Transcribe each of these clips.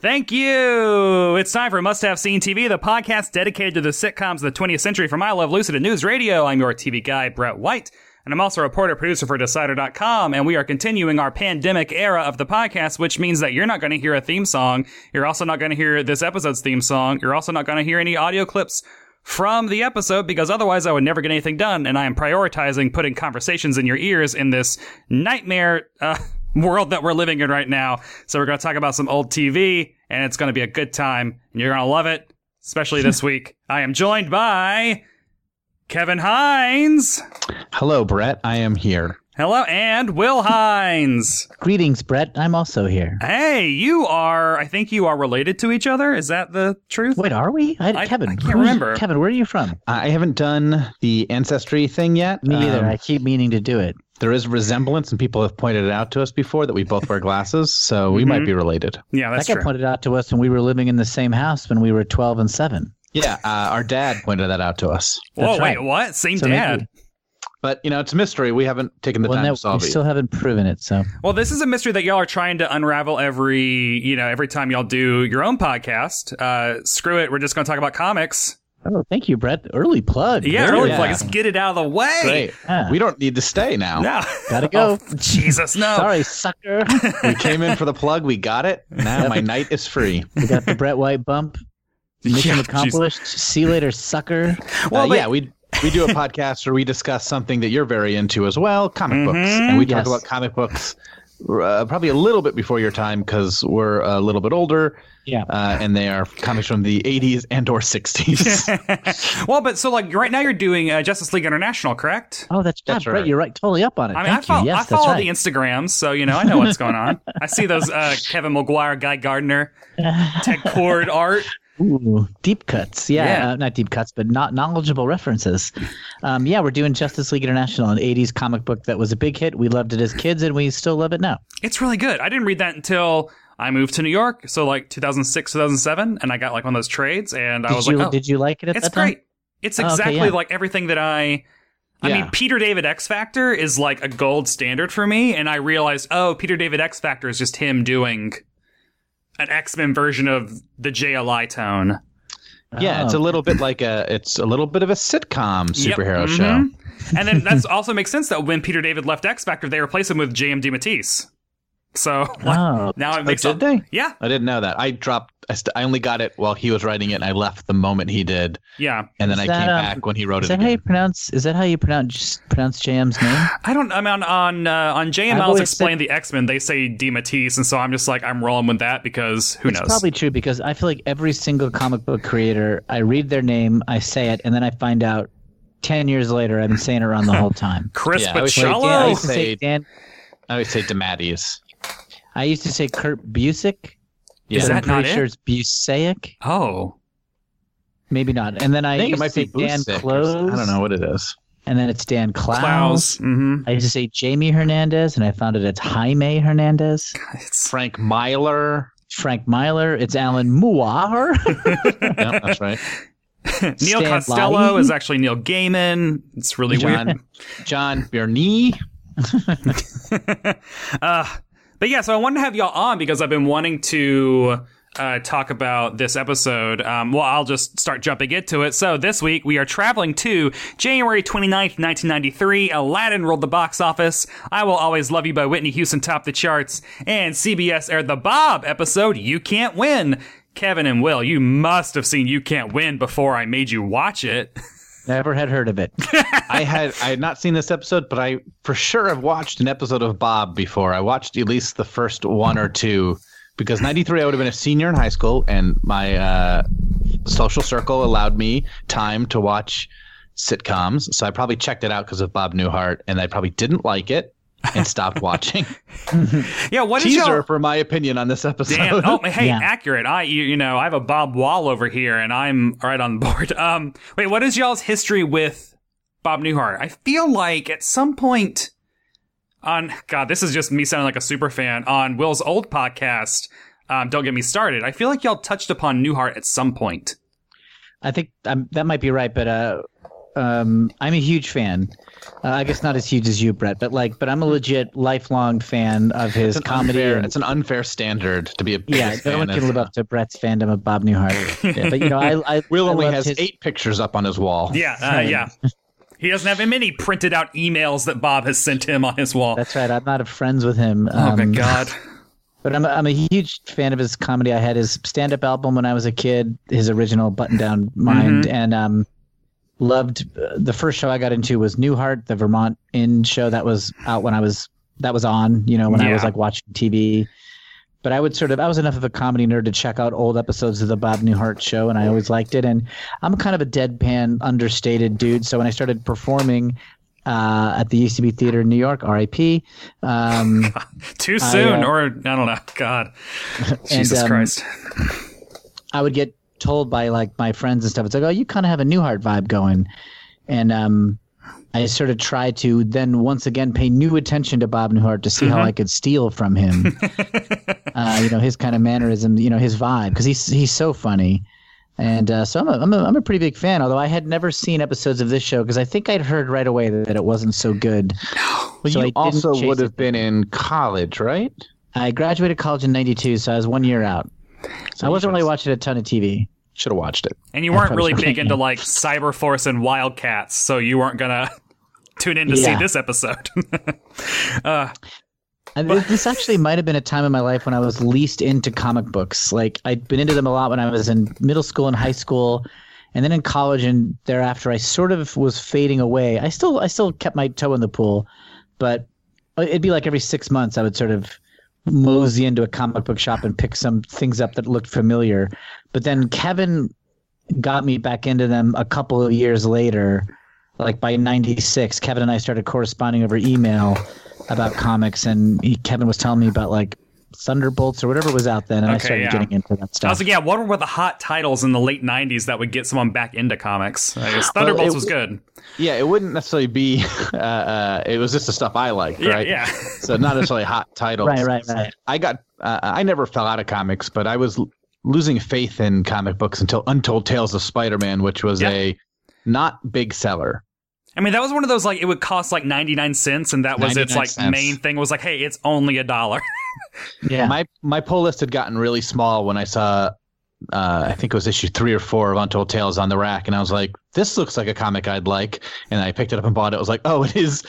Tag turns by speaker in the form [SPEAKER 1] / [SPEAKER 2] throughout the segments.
[SPEAKER 1] Thank you. It's time for Must Have Seen TV, the podcast dedicated to the sitcoms of the 20th century from I Love Lucid and News Radio. I'm your TV guy, Brett White, and I'm also a reporter producer for Decider.com. And we are continuing our pandemic era of the podcast, which means that you're not going to hear a theme song. You're also not going to hear this episode's theme song. You're also not going to hear any audio clips from the episode because otherwise I would never get anything done. And I am prioritizing putting conversations in your ears in this nightmare. Uh, world that we're living in right now. So we're going to talk about some old TV, and it's going to be a good time, and you're going to love it, especially this week. I am joined by Kevin Hines.
[SPEAKER 2] Hello, Brett. I am here.
[SPEAKER 1] Hello, and Will Hines.
[SPEAKER 3] Greetings, Brett. I'm also here.
[SPEAKER 1] Hey, you are. I think you are related to each other. Is that the truth?
[SPEAKER 3] Wait, are we? I,
[SPEAKER 1] I-
[SPEAKER 3] Kevin,
[SPEAKER 1] I can't
[SPEAKER 3] who's-
[SPEAKER 1] remember.
[SPEAKER 3] Kevin, where are you from?
[SPEAKER 2] I haven't done the ancestry thing yet.
[SPEAKER 3] Me neither.
[SPEAKER 2] Um,
[SPEAKER 3] I keep meaning to do it.
[SPEAKER 2] there is resemblance, and people have pointed it out to us before that we both wear glasses, so we
[SPEAKER 3] Mm-hmm.
[SPEAKER 2] might be related.
[SPEAKER 1] Yeah,
[SPEAKER 3] That
[SPEAKER 1] that's
[SPEAKER 3] guy
[SPEAKER 1] true.
[SPEAKER 3] pointed out to us when we were living in the same house when we were 12 and 7.
[SPEAKER 2] Yeah, uh, our dad pointed that out to us.
[SPEAKER 1] Whoa,
[SPEAKER 3] That's
[SPEAKER 1] wait,
[SPEAKER 3] right.
[SPEAKER 1] what? Same
[SPEAKER 3] So maybe-
[SPEAKER 1] dad.
[SPEAKER 2] But, you know, it's a mystery. We haven't taken the
[SPEAKER 3] well,
[SPEAKER 2] time
[SPEAKER 3] no,
[SPEAKER 2] to solve
[SPEAKER 3] we
[SPEAKER 2] it.
[SPEAKER 3] still haven't proven it, so
[SPEAKER 1] Well, this is a mystery that y'all are trying to unravel every, you know, every time y'all do your own podcast. Uh, screw it, we're just going to talk about comics.
[SPEAKER 3] oh, thank you, Brett. Early plug.
[SPEAKER 1] Yeah,
[SPEAKER 3] Very
[SPEAKER 1] really,
[SPEAKER 2] yeah.
[SPEAKER 1] like, let's get it out of the way.
[SPEAKER 2] Great.
[SPEAKER 3] Yeah.
[SPEAKER 2] We don't need to stay now.
[SPEAKER 1] No,
[SPEAKER 3] Gotta go.
[SPEAKER 1] Oh, Jesus, no.
[SPEAKER 3] Sorry, sucker.
[SPEAKER 2] We came in for the plug. We got it. Now my night is free.
[SPEAKER 3] we got the Brett White bump. Mission
[SPEAKER 1] Yeah,
[SPEAKER 3] accomplished. See you later, sucker.
[SPEAKER 1] Well,
[SPEAKER 2] Well,
[SPEAKER 1] but-
[SPEAKER 2] Uh, yeah, we we do a podcast where we discuss something that you're very into as well, comic books,
[SPEAKER 1] Mhm.
[SPEAKER 2] and we talk
[SPEAKER 3] Mm-hmm. Yes.
[SPEAKER 2] about comic books uh, probably a little bit before your time because we're a little bit older,
[SPEAKER 3] Yeah.
[SPEAKER 2] uh, and they are comics from the 80s and or 60s.
[SPEAKER 1] well, but so like right now you're doing uh, Justice League International, correct?
[SPEAKER 3] Oh, that's,
[SPEAKER 2] That's
[SPEAKER 3] God, Brett.
[SPEAKER 2] right.
[SPEAKER 3] You're right. Totally up on it.
[SPEAKER 1] I mean,
[SPEAKER 3] Thank
[SPEAKER 1] I follow,
[SPEAKER 3] you. Yes,
[SPEAKER 1] I follow
[SPEAKER 3] that's
[SPEAKER 1] the
[SPEAKER 3] right.
[SPEAKER 1] Instagrams, so you know I know what's going on. I see those uh, Kevin McGuire, Guy Gardner, Ted Cord art.
[SPEAKER 3] Ooh, deep cuts. Yeah,
[SPEAKER 1] Yeah.
[SPEAKER 3] Uh, not deep cuts, but not knowledgeable references. Um, yeah, we're doing Justice League International, an 80s comic book that was a big hit. We loved it as kids, and we still love it now.
[SPEAKER 1] It's really good. I didn't read that until I moved to New York, so like 2006, 2007, and I got like one of those trades, and I
[SPEAKER 3] Did
[SPEAKER 1] was
[SPEAKER 3] you
[SPEAKER 1] like, oh,
[SPEAKER 3] did you like it at
[SPEAKER 1] it's
[SPEAKER 3] that time?
[SPEAKER 1] great. It's
[SPEAKER 3] Oh, okay,
[SPEAKER 1] exactly
[SPEAKER 3] yeah.
[SPEAKER 1] like everything that I. I
[SPEAKER 2] Yeah.
[SPEAKER 1] mean, Peter David X Factor is like a gold standard for me, and I realized, oh, Peter David X Factor is just him doing an X Men version of the JLI tone.
[SPEAKER 3] Oh.
[SPEAKER 2] yeah, it's a little bit like a it's a little bit of a sitcom
[SPEAKER 1] Yep.
[SPEAKER 2] superhero
[SPEAKER 1] Mhm.
[SPEAKER 3] Mm-hmm.
[SPEAKER 2] show.
[SPEAKER 1] and then that's also makes sense that when Peter David left X Factor, they replaced him with JMD Matisse. So like,
[SPEAKER 3] Oh,
[SPEAKER 1] now it
[SPEAKER 2] Oh,
[SPEAKER 1] makes
[SPEAKER 2] did
[SPEAKER 1] all-
[SPEAKER 2] they?
[SPEAKER 1] Yeah,
[SPEAKER 2] I didn't know that. I dropped. I, st- I only got it while he was writing it, and I left the moment he did,
[SPEAKER 1] yeah.
[SPEAKER 2] and then
[SPEAKER 3] Is
[SPEAKER 2] I
[SPEAKER 3] that,
[SPEAKER 2] came
[SPEAKER 3] um,
[SPEAKER 2] back when he wrote
[SPEAKER 3] is
[SPEAKER 2] it.
[SPEAKER 3] that how you
[SPEAKER 2] Again.
[SPEAKER 3] pronounce? Is that how you pronounce pronounce JM's name?
[SPEAKER 1] I don't. I mean, on on, uh, on
[SPEAKER 3] I've
[SPEAKER 1] JML's
[SPEAKER 3] always
[SPEAKER 1] explain the X Men, they say D Matisse, and so I'm just like I'm rolling with that because who
[SPEAKER 3] it's
[SPEAKER 1] knows?
[SPEAKER 3] probably true because I feel like every single comic book creator, I read their name, I say it, and then I find out ten years later I've been saying it wrong the whole time.
[SPEAKER 1] Chris
[SPEAKER 2] Yeah, I was like,
[SPEAKER 1] Pachalo.
[SPEAKER 3] Dan, I
[SPEAKER 2] Oh.
[SPEAKER 3] used to say
[SPEAKER 2] Say-
[SPEAKER 3] Dan.
[SPEAKER 2] I always say Dematis.
[SPEAKER 3] I used to say Kurt Busick.
[SPEAKER 2] Yeah.
[SPEAKER 1] Is
[SPEAKER 3] but
[SPEAKER 1] that
[SPEAKER 3] I'm pretty
[SPEAKER 1] not it?
[SPEAKER 3] sure it's Busiek.
[SPEAKER 1] Oh,
[SPEAKER 3] Maybe not. And then I,
[SPEAKER 2] I think it
[SPEAKER 3] used
[SPEAKER 2] might
[SPEAKER 3] to
[SPEAKER 2] be
[SPEAKER 3] say Dan
[SPEAKER 2] Busick or
[SPEAKER 3] Close.
[SPEAKER 2] something. I don't know what it is.
[SPEAKER 3] And then it's Dan Klaus.
[SPEAKER 1] Klaus. hmm
[SPEAKER 3] I used to say Jamie Hernandez, and I found out it's Jaime Hernandez.
[SPEAKER 1] It's
[SPEAKER 2] Frank Myler.
[SPEAKER 3] Frank Myler. It's Alan Moir.
[SPEAKER 2] yeah, that's right.
[SPEAKER 1] Neil
[SPEAKER 3] Stan
[SPEAKER 1] Costello
[SPEAKER 3] Lally.
[SPEAKER 1] is actually Neil Gaiman. It's really weird.
[SPEAKER 2] John John Bernie.
[SPEAKER 1] uh, but yeah, so I wanted to have y'all on because I've been wanting to uh, talk about this episode, um, well, I'll just start jumping into it. So this week we are traveling to January 29th, 1993. Aladdin ruled the box office. I Will Always Love You by Whitney Houston topped the charts. And CBS aired the Bob episode, You Can't Win. Kevin and Will, you must have seen You Can't Win before I made you watch it.
[SPEAKER 3] Never had heard of it.
[SPEAKER 2] I had I had not seen this episode, but I for sure have watched an episode of Bob before. I watched at least the first one or two because 93 I would have been a senior in high school and my uh, social circle allowed me time to watch sitcoms. So I probably checked it out because of Bob Newhart and I probably didn't like it and stopped watching.
[SPEAKER 1] Yeah, what is
[SPEAKER 2] Teaser
[SPEAKER 1] your
[SPEAKER 2] for my opinion on this episode.
[SPEAKER 1] Damn. Oh, hey,
[SPEAKER 3] Yeah.
[SPEAKER 1] accurate. I you, you know I have a Bob Wall over here, and I'm right on board. Um, wait, what is y'all's history with Bob Newhart? I feel like at some point on God, this is just me sounding like a super fan on Will's old podcast. Um, don't get me started. I feel like y'all touched upon Newhart at some point.
[SPEAKER 3] I think um, that might be right, but uh, um, I'm a huge fan. Uh, I guess not as huge as you, Brett, but like, but I'm a legit lifelong fan of
[SPEAKER 2] It's
[SPEAKER 3] his
[SPEAKER 2] an
[SPEAKER 3] comedy.
[SPEAKER 2] unfair-
[SPEAKER 3] and-
[SPEAKER 2] it's an unfair standard to be a
[SPEAKER 3] yeah,
[SPEAKER 2] biggest
[SPEAKER 3] no one
[SPEAKER 2] fan
[SPEAKER 3] can
[SPEAKER 2] of.
[SPEAKER 3] live up to Brett's fandom of Bob Newhart. But you know, I, I
[SPEAKER 2] Will
[SPEAKER 3] I
[SPEAKER 2] only
[SPEAKER 3] loved
[SPEAKER 2] has
[SPEAKER 3] his-
[SPEAKER 2] eight pictures up on his wall.
[SPEAKER 1] Yeah, uh, yeah. He doesn't have many printed out emails that Bob has sent him on his wall.
[SPEAKER 3] That's right. I'm not a friends with him.
[SPEAKER 1] oh my
[SPEAKER 3] um,
[SPEAKER 1] God.
[SPEAKER 3] But I'm a, I'm a huge fan of his comedy. I had his stand up album when I was a kid, his original Button Down Mind, and um, loved uh, the first show I got into was Newhart, the Vermont Inn show that was out when I was that was on, you know, when I was
[SPEAKER 1] Yeah.
[SPEAKER 3] like watching TV. But I would sort of I was enough of a comedy nerd to check out old episodes of the Bob Newhart show, and I always liked it. And I'm kind of a deadpan, understated dude. So when I started performing. Uh, at the UCB Theater in New York, RIP. Um,
[SPEAKER 1] Too soon,
[SPEAKER 3] uh,
[SPEAKER 1] or I don't know. God. Jesus
[SPEAKER 3] um,
[SPEAKER 1] Christ.
[SPEAKER 3] I would get told by like my friends and stuff. It's like, oh, you kind of have a new heart vibe going, and um, I sort of try to then once again pay new attention to Bob Newhart to see how I could steal from him. uh, you know his kind of mannerism, you know his vibe, because he's he's so funny. And uh, so I'm a, I'm, a, I'm a pretty big fan, although I had never seen episodes of this show because I think I'd heard right away that it wasn't so good.
[SPEAKER 2] Well,
[SPEAKER 3] So I
[SPEAKER 2] you
[SPEAKER 3] didn't
[SPEAKER 2] also
[SPEAKER 3] chase
[SPEAKER 2] would
[SPEAKER 3] it.
[SPEAKER 2] have been in college, right?
[SPEAKER 3] I graduated college in 92, so I was one year out. So I wasn't really watching a ton of TV.
[SPEAKER 2] Should have watched it.
[SPEAKER 1] And you weren't really big into like Cyberforce and Wildcats, so you weren't gonna tune in to see
[SPEAKER 3] Yeah.
[SPEAKER 1] this episode.
[SPEAKER 3] And th- this actually might have been a time in my life when I was least into comic books. Like I'd been into them a lot when I was in middle school and high school, and then in college and thereafter, I sort of was fading away. I still, I still kept my toe in the pool, but it'd be like every six months I would sort of mosey into a comic book shop and pick some things up that looked familiar. But then Kevin got me back into them a couple of years later. Like by 96, Kevin and I started corresponding over email about comics, and he, Kevin was telling me about like Thunderbolts or whatever was out then, and I
[SPEAKER 1] Okay,
[SPEAKER 3] started
[SPEAKER 1] yeah.
[SPEAKER 3] getting into that
[SPEAKER 1] I
[SPEAKER 3] stuff.
[SPEAKER 1] was like, yeah, what were the hot titles in the late '90s that would get someone back into comics? I guess Thunderbolts
[SPEAKER 2] it-
[SPEAKER 1] was good.
[SPEAKER 2] Yeah, it wouldn't necessarily be. Uh, uh, it was just the stuff I liked,
[SPEAKER 1] Yeah,
[SPEAKER 2] right?
[SPEAKER 1] yeah.
[SPEAKER 2] so not necessarily hot titles.
[SPEAKER 3] Right, right, right.
[SPEAKER 2] I got. Uh, I never fell out of comics, but I was l- losing faith in comic books until Untold Tales of Spider-Man, which was
[SPEAKER 1] Yeah.
[SPEAKER 2] a not big seller.
[SPEAKER 1] I mean, that was one of those like it would cost like 99 cents, and that was its
[SPEAKER 2] 99
[SPEAKER 1] like
[SPEAKER 2] cents.
[SPEAKER 1] main thing was like, hey, it's only a dollar.
[SPEAKER 3] yeah,
[SPEAKER 2] My my pull list had gotten really small when I saw. Uh, I think it was issue three or four of Untold Tales on the rack, and I was like, "This looks like a comic I'd like." And I picked it up and bought it. I was like, "Oh, it is,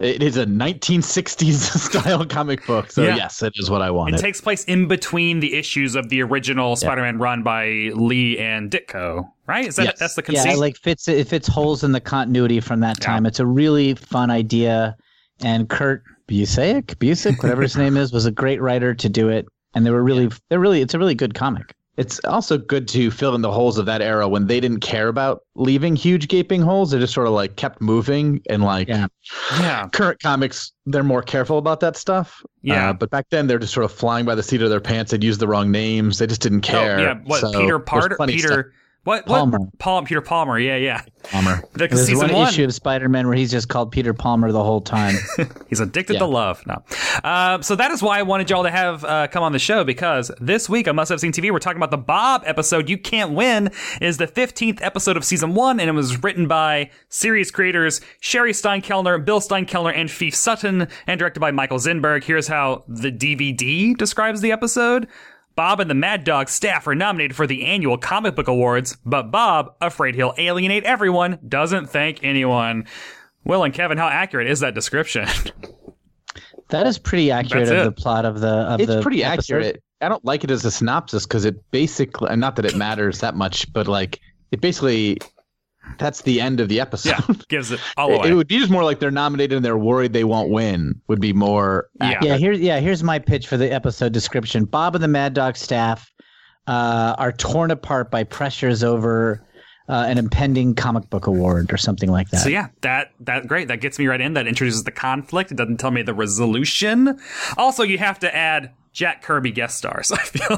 [SPEAKER 2] it is a 1960s style comic book." So
[SPEAKER 1] Yeah.
[SPEAKER 2] yes, it is what I
[SPEAKER 1] It
[SPEAKER 2] wanted.
[SPEAKER 1] takes place in between the issues of the original Spider-Man run by Lee and Ditko, right? Is that
[SPEAKER 2] Yes.
[SPEAKER 1] that's the conceit?
[SPEAKER 3] yeah, it like fits it fits holes in the continuity from that time. It's a really fun idea, and Kurt Busiek, Busiek, whatever his name is, was a great writer to do it, and they were really they're really it's a really good comic.
[SPEAKER 2] It's also good to fill in the holes of that era when they didn't care about leaving huge gaping holes. They just sort of like kept moving and like
[SPEAKER 3] Yeah.
[SPEAKER 1] yeah.
[SPEAKER 2] current comics, they're more careful about that stuff.
[SPEAKER 1] Yeah.
[SPEAKER 2] Uh, but back then they're just sort of flying by the seat of their pants. They'd use the wrong names. They just didn't care.
[SPEAKER 1] Oh, yeah, what
[SPEAKER 2] So
[SPEAKER 1] Peter
[SPEAKER 2] there's
[SPEAKER 1] Parter?
[SPEAKER 2] plenty of
[SPEAKER 1] Peter
[SPEAKER 2] stuff.
[SPEAKER 1] what? what?
[SPEAKER 3] Palmer.
[SPEAKER 1] Paul Peter Palmer. Yeah, yeah.
[SPEAKER 2] Palmer.
[SPEAKER 1] The,
[SPEAKER 3] There's
[SPEAKER 1] season
[SPEAKER 3] one,
[SPEAKER 1] one.
[SPEAKER 3] issue of Spider Man where he's just called Peter Palmer the whole time.
[SPEAKER 1] He's addicted to love. No. Uh, so that is why I wanted y'all to have uh, come on the show because this week on Must Have Seen TV, we're talking about the Bob episode. You Can't Win is the 15th episode of season one, and it was written by series creators Sherry Steinkellner, Bill Steinkellner, and Fief Sutton, and directed by Michael Zinberg. Here's how the DVD describes the episode. Bob and the Mad Dog staff are nominated for the annual comic book awards, but Bob, afraid he'll alienate everyone, doesn't thank anyone. Will and Kevin, how accurate is that description?
[SPEAKER 3] That is pretty accurate
[SPEAKER 1] That's
[SPEAKER 3] of
[SPEAKER 1] it.
[SPEAKER 3] the plot of the. Of
[SPEAKER 2] it's
[SPEAKER 3] the
[SPEAKER 2] pretty
[SPEAKER 3] episode.
[SPEAKER 2] accurate. I don't like it as a synopsis because it basically, and not that it matters that much, but like it basically, that's the end of the episode.
[SPEAKER 1] yeah, gives it all
[SPEAKER 2] It,
[SPEAKER 1] away.
[SPEAKER 2] it would be just more like they're nominated and they're worried they won't win. Would be more.
[SPEAKER 1] yeah.
[SPEAKER 3] Yeah, here's yeah, here's my pitch for the episode description. Bob and the Mad Dog staff uh, are torn apart by pressures over uh, an impending comic book award or something like that.
[SPEAKER 1] So yeah, that that great. That gets me right in. That introduces the conflict. It doesn't tell me the resolution. Also, you have to add Jack Kirby guest stars. I feel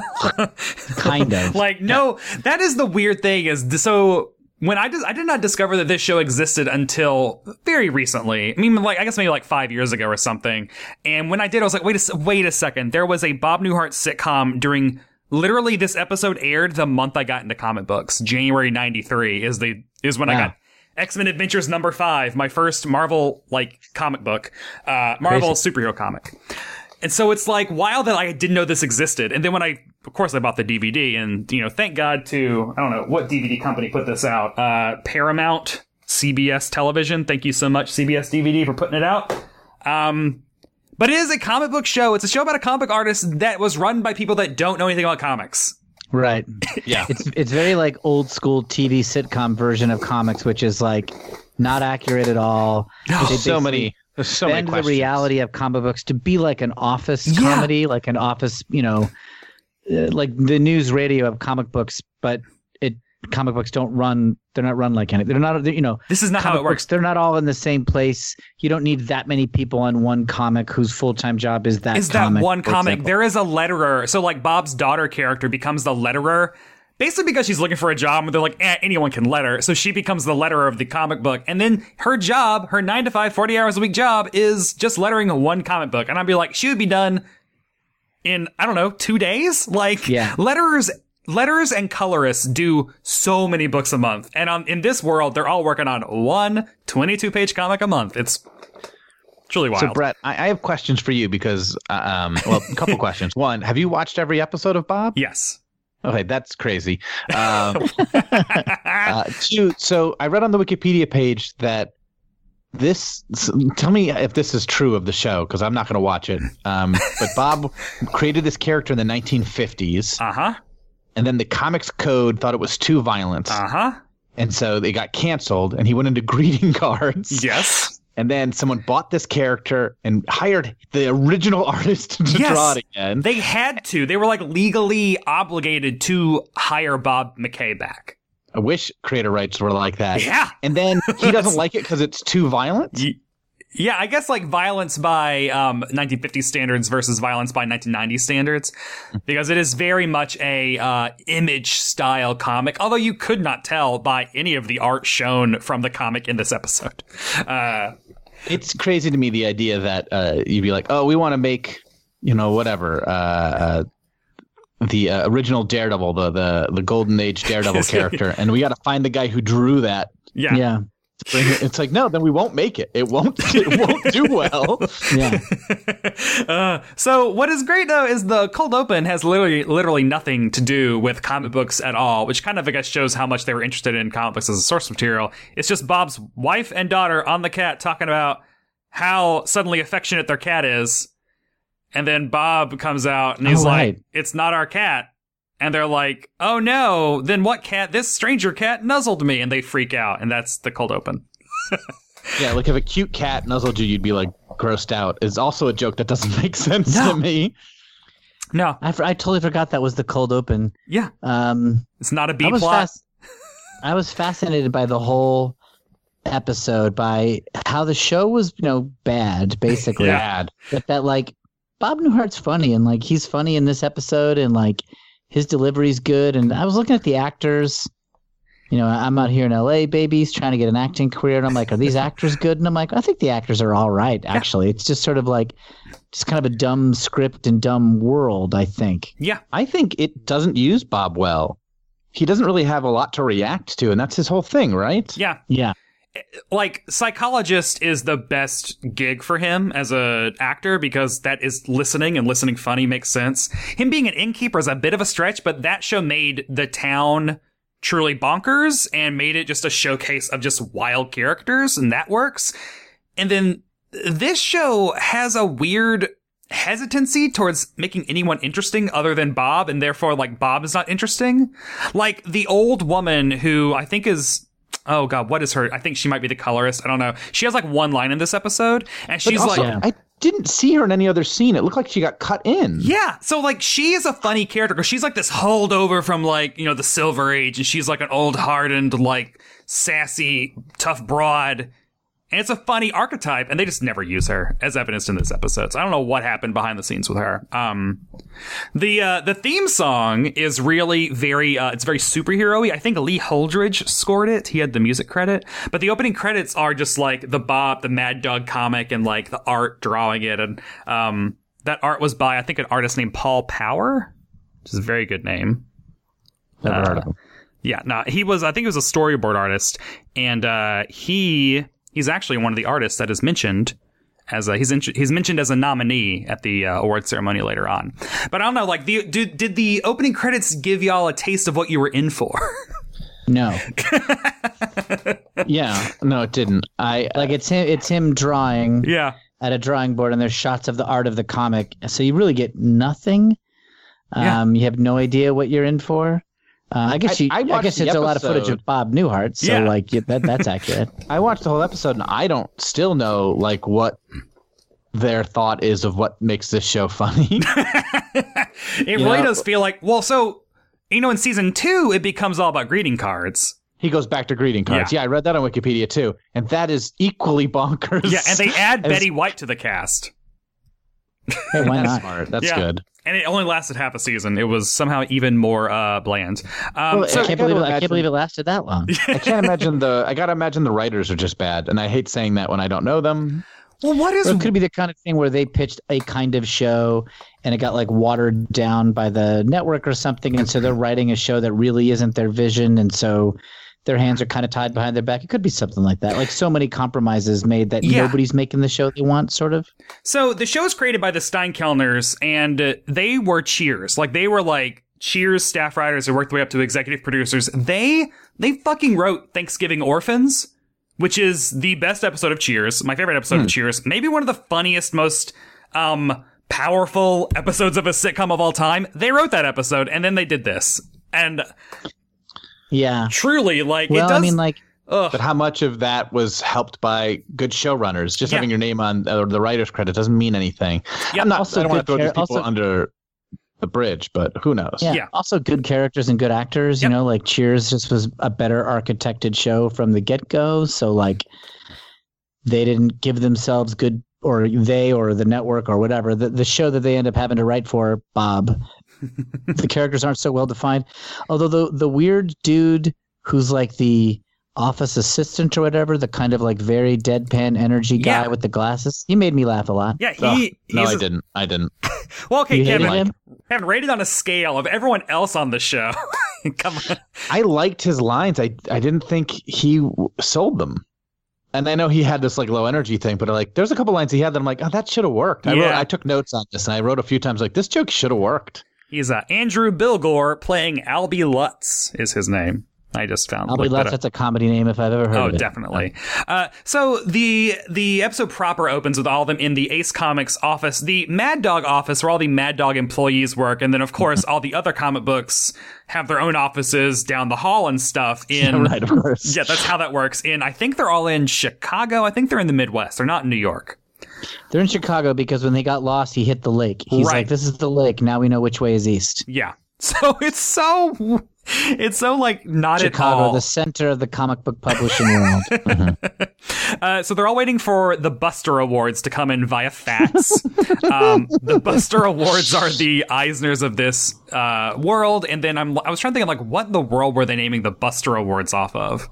[SPEAKER 3] Kind of.
[SPEAKER 1] like no, that is the weird thing. Is so when I dis- I did not discover that this show existed until very recently. I mean, like I guess maybe like five years ago or something. And when I did, I was like, wait a s- wait a second. There was a Bob Newhart sitcom during. Literally, this episode aired the month I got into comic books. January '93 is the is when I got X Men Adventures number five, my first Marvel like comic book, uh, Marvel superhero comic. And so it's like wild that I didn't know this existed. And then when I, of course, I bought the DVD, and you know, thank God to I don't know what DVD company put this out, uh, Paramount, CBS Television. Thank you so much, CBS DVD, for putting it out. Um, but it is a comic book show. It's a show about a comic book artist that was run by people that don't know anything about comics.
[SPEAKER 3] Right.
[SPEAKER 2] Yeah.
[SPEAKER 3] It's it's very like old school TV sitcom version of comics, which is like not accurate at all. They
[SPEAKER 2] so
[SPEAKER 3] basically
[SPEAKER 2] many. There's so many
[SPEAKER 3] bend the
[SPEAKER 2] questions.
[SPEAKER 3] reality of comic books to be like an office comedy, like an office, you know, uh, like the news radio of comic books, but it comic books don't run. They're not run like any. They're not. they're- you know,
[SPEAKER 1] This is not how
[SPEAKER 3] comic
[SPEAKER 1] it works.
[SPEAKER 3] books, They're not all in the same place. You don't need that many people on one comic whose full time job is that.
[SPEAKER 1] is that
[SPEAKER 3] comic,
[SPEAKER 1] one
[SPEAKER 3] for
[SPEAKER 1] comic.
[SPEAKER 3] example.
[SPEAKER 1] There is a letterer. So like Bob's daughter character becomes the letterer. Basically, because she's looking for a job, and they're like, eh, anyone can letter. So she becomes the letterer of the comic book. And then her job, her nine to five, 40 hours a week job, is just lettering one comic book. And I'd be like, she would be done in, I don't know, two days? Like,
[SPEAKER 3] Yeah.
[SPEAKER 1] letterers, letters and colorists do so many books a month. And on, in this world, they're all working on one 22 page comic a month. It's truly wild.
[SPEAKER 2] So Brett, I, I have questions for you because, uh, um, well, a couple questions. One, have you watched every episode of Bob?
[SPEAKER 1] yes.
[SPEAKER 2] Okay, that's crazy. Um, uh, two, so I read on the Wikipedia page that this. s- Tell me if this is true of the show because I'm not going to watch it. Um, but Bob created this character in the 1950s,
[SPEAKER 1] Uh huh.
[SPEAKER 2] and then the comics code thought it was too violent,
[SPEAKER 1] Uh huh.
[SPEAKER 2] and so they got canceled. And he went into greeting cards.
[SPEAKER 1] Yes.
[SPEAKER 2] And then someone bought this character and hired the original artist to
[SPEAKER 1] Yes.
[SPEAKER 2] draw it again.
[SPEAKER 1] They had to. They were like legally obligated to hire Bob McKay back.
[SPEAKER 2] I wish creator rights were like that.
[SPEAKER 1] Yeah.
[SPEAKER 2] And then he doesn't like it because it's too violent.
[SPEAKER 1] Ye- Yeah, I guess like violence by um, 1950 standards versus violence by 1990 standards, because it is very much a uh, image style comic. Although you could not tell by any of the art shown from the comic in this episode. Uh,
[SPEAKER 2] It's crazy to me the idea that uh, you'd be like, oh, we want to make, you know, whatever, uh, uh, the uh, original Daredevil, the, the the Golden Age Daredevil character, and we got to find the guy who drew that.
[SPEAKER 1] yeah,
[SPEAKER 3] Yeah.
[SPEAKER 2] Bring it- It's like, no, then we won't make it. It won't. It won't do well.
[SPEAKER 3] Yeah.
[SPEAKER 1] Uh, so what is great though is the cold open has literally literally nothing to do with comic books at all, which kind of I guess shows how much they were interested in comic books as a source material. It's just Bob's wife and daughter on the cat talking about how suddenly affectionate their cat is, and then Bob comes out and he's
[SPEAKER 3] Oh,
[SPEAKER 1] like,
[SPEAKER 3] right.
[SPEAKER 1] "It's not our cat." And they're like, "Oh no! Then what cat? This stranger cat nuzzled me," and they freak out, and that's the cold open.
[SPEAKER 2] Yeah, like if a cute cat nuzzled you, you'd be like grossed out. It's also a joke that doesn't make sense
[SPEAKER 1] No.
[SPEAKER 2] to me.
[SPEAKER 1] No,
[SPEAKER 3] I, for- I totally forgot that was the cold open.
[SPEAKER 1] yeah,
[SPEAKER 3] Um,
[SPEAKER 1] it's not a B
[SPEAKER 3] I was
[SPEAKER 1] plot.
[SPEAKER 3] fas- I was fascinated by the whole episode by how the show was, you know, bad basically.
[SPEAKER 1] Yeah.
[SPEAKER 2] Bad.
[SPEAKER 3] But that like Bob Newhart's funny and like he's funny in this episode and like his delivery's good and I was looking at the actors. You know, I'm out here in LA, babies, trying to get an acting career, and I'm like, are these actors good? And I'm like, I think the actors are all right, actually. It's just sort of like, just kind of a dumb script and dumb world, I think.
[SPEAKER 1] yeah,
[SPEAKER 2] I think it doesn't use Bob well. He doesn't really have a lot to react to, and that's his whole thing, right?
[SPEAKER 1] yeah. Eh,
[SPEAKER 3] Yeah,
[SPEAKER 1] like psychologist is the best gig for him as a actor because that is listening and listening funny makes sense. Him being an innkeeper is a bit of a stretch, but that show made the town truly bonkers and made it just a showcase of just wild characters and that works. And then this show has a weird hesitancy towards making anyone interesting other than Bob and therefore like Bob is not interesting. Like the old woman who I think is oh god, what is her? I think she might be the colorist. I don't know. She has like one line in this episode, and
[SPEAKER 2] But
[SPEAKER 1] she's
[SPEAKER 2] also,
[SPEAKER 1] like.
[SPEAKER 2] I didn't see her in any other scene. It looked like she got cut in.
[SPEAKER 1] Yeah, so like she is a funny character because she's like this holdover from like you know the Silver Age, and she's like an old hardened, like sassy, tough broad, and it's a funny archetype, and they just never use her as evidenced in this episode. So I don't know what happened behind the scenes with her. Um, the uh, the theme song is really very uh, it's very superhero-y. I think Lee Holdridge scored it. He had the music credit. But the opening credits are just like the Bob, the Mad Dog comic, and like the art drawing it. And um, that art was by I think an artist named Paul Power, which is a very good name.
[SPEAKER 2] Never heard of him.
[SPEAKER 1] Yeah, no, he was. I think he was a storyboard artist, and uh, he he's actually one of the artists that is mentioned as a he's in, he's mentioned as a nominee at the uh, award ceremony later on. But I don't know, like, the, did did the opening credits give y'all a taste of what you were in for?
[SPEAKER 3] No,
[SPEAKER 2] Yeah, no, it didn't. I
[SPEAKER 3] like it's him. It's him drawing
[SPEAKER 1] yeah,
[SPEAKER 3] at a drawing board, and there's shots of the art of the comic. So you really get nothing.
[SPEAKER 1] Yeah.
[SPEAKER 3] Um, you have no idea what you're in for. Uh, I guess
[SPEAKER 2] I-
[SPEAKER 3] you.
[SPEAKER 2] I
[SPEAKER 3] I,
[SPEAKER 2] watched
[SPEAKER 3] guess
[SPEAKER 2] the
[SPEAKER 3] it's a lot of footage
[SPEAKER 2] episode.
[SPEAKER 3] of Bob Newhart. So
[SPEAKER 1] Yeah.
[SPEAKER 3] like yeah, that that's accurate.
[SPEAKER 2] I watched the whole episode and I don't still know like what their thought is of what makes this show funny.
[SPEAKER 1] it really does feel like well, so you know, in season two, it becomes all about greeting cards.
[SPEAKER 2] he goes back to greeting cards. Yeah. I read that on Wikipedia too, and that is equally bonkers.
[SPEAKER 1] Yeah, and they add
[SPEAKER 2] As-
[SPEAKER 1] Betty White to the cast.
[SPEAKER 3] Hey, why
[SPEAKER 2] That's
[SPEAKER 3] not?
[SPEAKER 2] smart. That's
[SPEAKER 1] Yeah.
[SPEAKER 2] good.
[SPEAKER 1] And it only lasted half a season. It was somehow even more uh, bland. Um,
[SPEAKER 2] Well,
[SPEAKER 1] so,
[SPEAKER 3] I
[SPEAKER 2] I
[SPEAKER 3] can't believe it,
[SPEAKER 2] gotta
[SPEAKER 3] I
[SPEAKER 2] imagine-
[SPEAKER 3] can't believe it lasted that long.
[SPEAKER 2] I can't imagine the. I gotta imagine the writers are just bad, and I hate saying that when I don't know them.
[SPEAKER 1] well, what is
[SPEAKER 3] Or it could be the kind of thing where they pitched a kind of show and it got like watered down by the network or something. And so they're writing a show that really isn't their vision. And so their hands are kind of tied behind their back. It could be something like that. Like so many compromises made that
[SPEAKER 1] Yeah.
[SPEAKER 3] nobody's making the show they want, sort of.
[SPEAKER 1] So the show is created by the Steinkellners, and uh, they were Cheers. Like they were like Cheers staff writers who worked their way up to executive producers. They they fucking wrote Thanksgiving Orphans, which is the best episode of Cheers. My favorite episode
[SPEAKER 2] Hmm.
[SPEAKER 1] of Cheers. Maybe one of the funniest, most um powerful episodes of a sitcom of all time. They wrote that episode, and then they did this. And
[SPEAKER 3] Yeah.
[SPEAKER 1] truly, like
[SPEAKER 3] Well,
[SPEAKER 1] it does.
[SPEAKER 3] I mean, like,
[SPEAKER 2] But how much of that was helped by good showrunners? Just
[SPEAKER 1] Yeah.
[SPEAKER 2] having your name on uh, the writers' credit doesn't mean anything. I'm not.
[SPEAKER 3] also
[SPEAKER 2] I don't want to
[SPEAKER 3] good
[SPEAKER 2] throw these
[SPEAKER 3] char-
[SPEAKER 2] people
[SPEAKER 3] also-
[SPEAKER 2] under the bridge, but who knows?
[SPEAKER 3] yeah.
[SPEAKER 1] Yeah.
[SPEAKER 3] Also, good characters and good actors.
[SPEAKER 1] Yep.
[SPEAKER 3] You know, like Cheers just was a better architected show from the get go. So, like, they didn't give themselves good, or they or the network or whatever. The, the show that they end up having to write for, Bob, the characters aren't so well defined. Although, the, the weird dude who's like the office assistant or whatever, the kind of like very deadpan energy guy
[SPEAKER 1] Yeah.
[SPEAKER 3] with the glasses, he made me laugh a lot.
[SPEAKER 1] yeah,
[SPEAKER 2] Ugh,
[SPEAKER 1] he.
[SPEAKER 2] no,
[SPEAKER 1] he's
[SPEAKER 2] I
[SPEAKER 1] a-
[SPEAKER 2] didn't. I didn't.
[SPEAKER 1] Well, okay,
[SPEAKER 3] You hated
[SPEAKER 1] Kevin.
[SPEAKER 3] him?
[SPEAKER 1] Kevin, rated on a scale of everyone else on the show. Come on.
[SPEAKER 2] I liked his lines. I I didn't think he w- sold them. And I know he had this like low energy thing, but like there's a couple lines he had that I'm like, oh, that should have worked. I wrote,
[SPEAKER 1] Yeah.
[SPEAKER 2] I took notes on this and I wrote a few times like this joke should have worked.
[SPEAKER 1] He's uh, Andrew Bilgore playing Albie Lutz is his name. I just found.
[SPEAKER 3] I'll be
[SPEAKER 1] looked that
[SPEAKER 3] left.
[SPEAKER 1] up.
[SPEAKER 3] That's a comedy name if I've ever heard
[SPEAKER 1] Oh,
[SPEAKER 3] of it.
[SPEAKER 1] definitely. Uh, so the the episode proper opens with all of them in the Ace Comics office, the Mad Dog office, where all the Mad Dog employees work, and then of course all the other comic books have their own offices down the hall and stuff. In
[SPEAKER 3] Right, of course.
[SPEAKER 1] yeah, that's how that works. In I think they're all in Chicago. I think they're in the Midwest. They're not in New York.
[SPEAKER 3] They're in Chicago because when they got lost, he hit the lake. He's
[SPEAKER 1] Right.
[SPEAKER 3] like, "This is the lake. Now we know which way is east."
[SPEAKER 1] Yeah. So it's so it's so like not at all.
[SPEAKER 3] Chicago, the center of the comic book publishing world.
[SPEAKER 1] Uh, so they're all waiting for the Buster Awards to come in via fax. um, the Buster Awards are the Eisners of this uh, world, and then I'm I was trying to think of like what in the world were they naming the Buster Awards off of?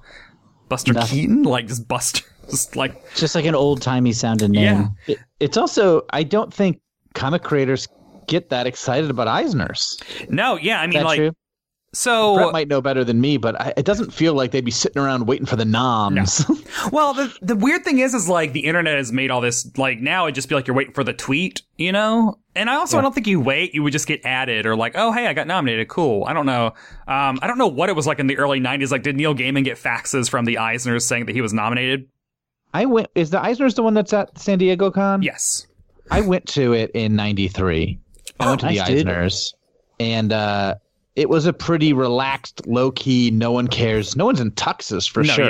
[SPEAKER 1] Buster
[SPEAKER 3] Nothing.
[SPEAKER 1] Keaton, like just Buster, just like
[SPEAKER 3] Just like an old timey sounding name.
[SPEAKER 1] Yeah.
[SPEAKER 2] It, it's also I don't think comic creators get that excited about Eisner's.
[SPEAKER 1] no, yeah, I
[SPEAKER 3] Is
[SPEAKER 1] mean
[SPEAKER 3] that
[SPEAKER 1] like
[SPEAKER 3] true?
[SPEAKER 1] So
[SPEAKER 2] Brett might know better than me, but I, it doesn't feel like they'd be sitting around waiting for the noms.
[SPEAKER 1] Well, the the weird thing is, is like the internet has made all this like now it'd just be like you're waiting for the tweet, you know. And I also I don't think you wait; you would just get added or like, oh hey, I got nominated, cool. I don't know. Um, I don't know what it was like in the early '90s. Like, did Neil Gaiman get faxes from the Eisners saying that he was nominated?
[SPEAKER 2] I went. Is the Eisner's the one that's at San Diego Con?
[SPEAKER 1] Yes.
[SPEAKER 2] I went to it in '93. I went to the
[SPEAKER 3] nice, dude.
[SPEAKER 2] Eisner's, and uh, it was a pretty relaxed, low key. No one cares. No one's in tuxes for
[SPEAKER 1] No,
[SPEAKER 2] sure.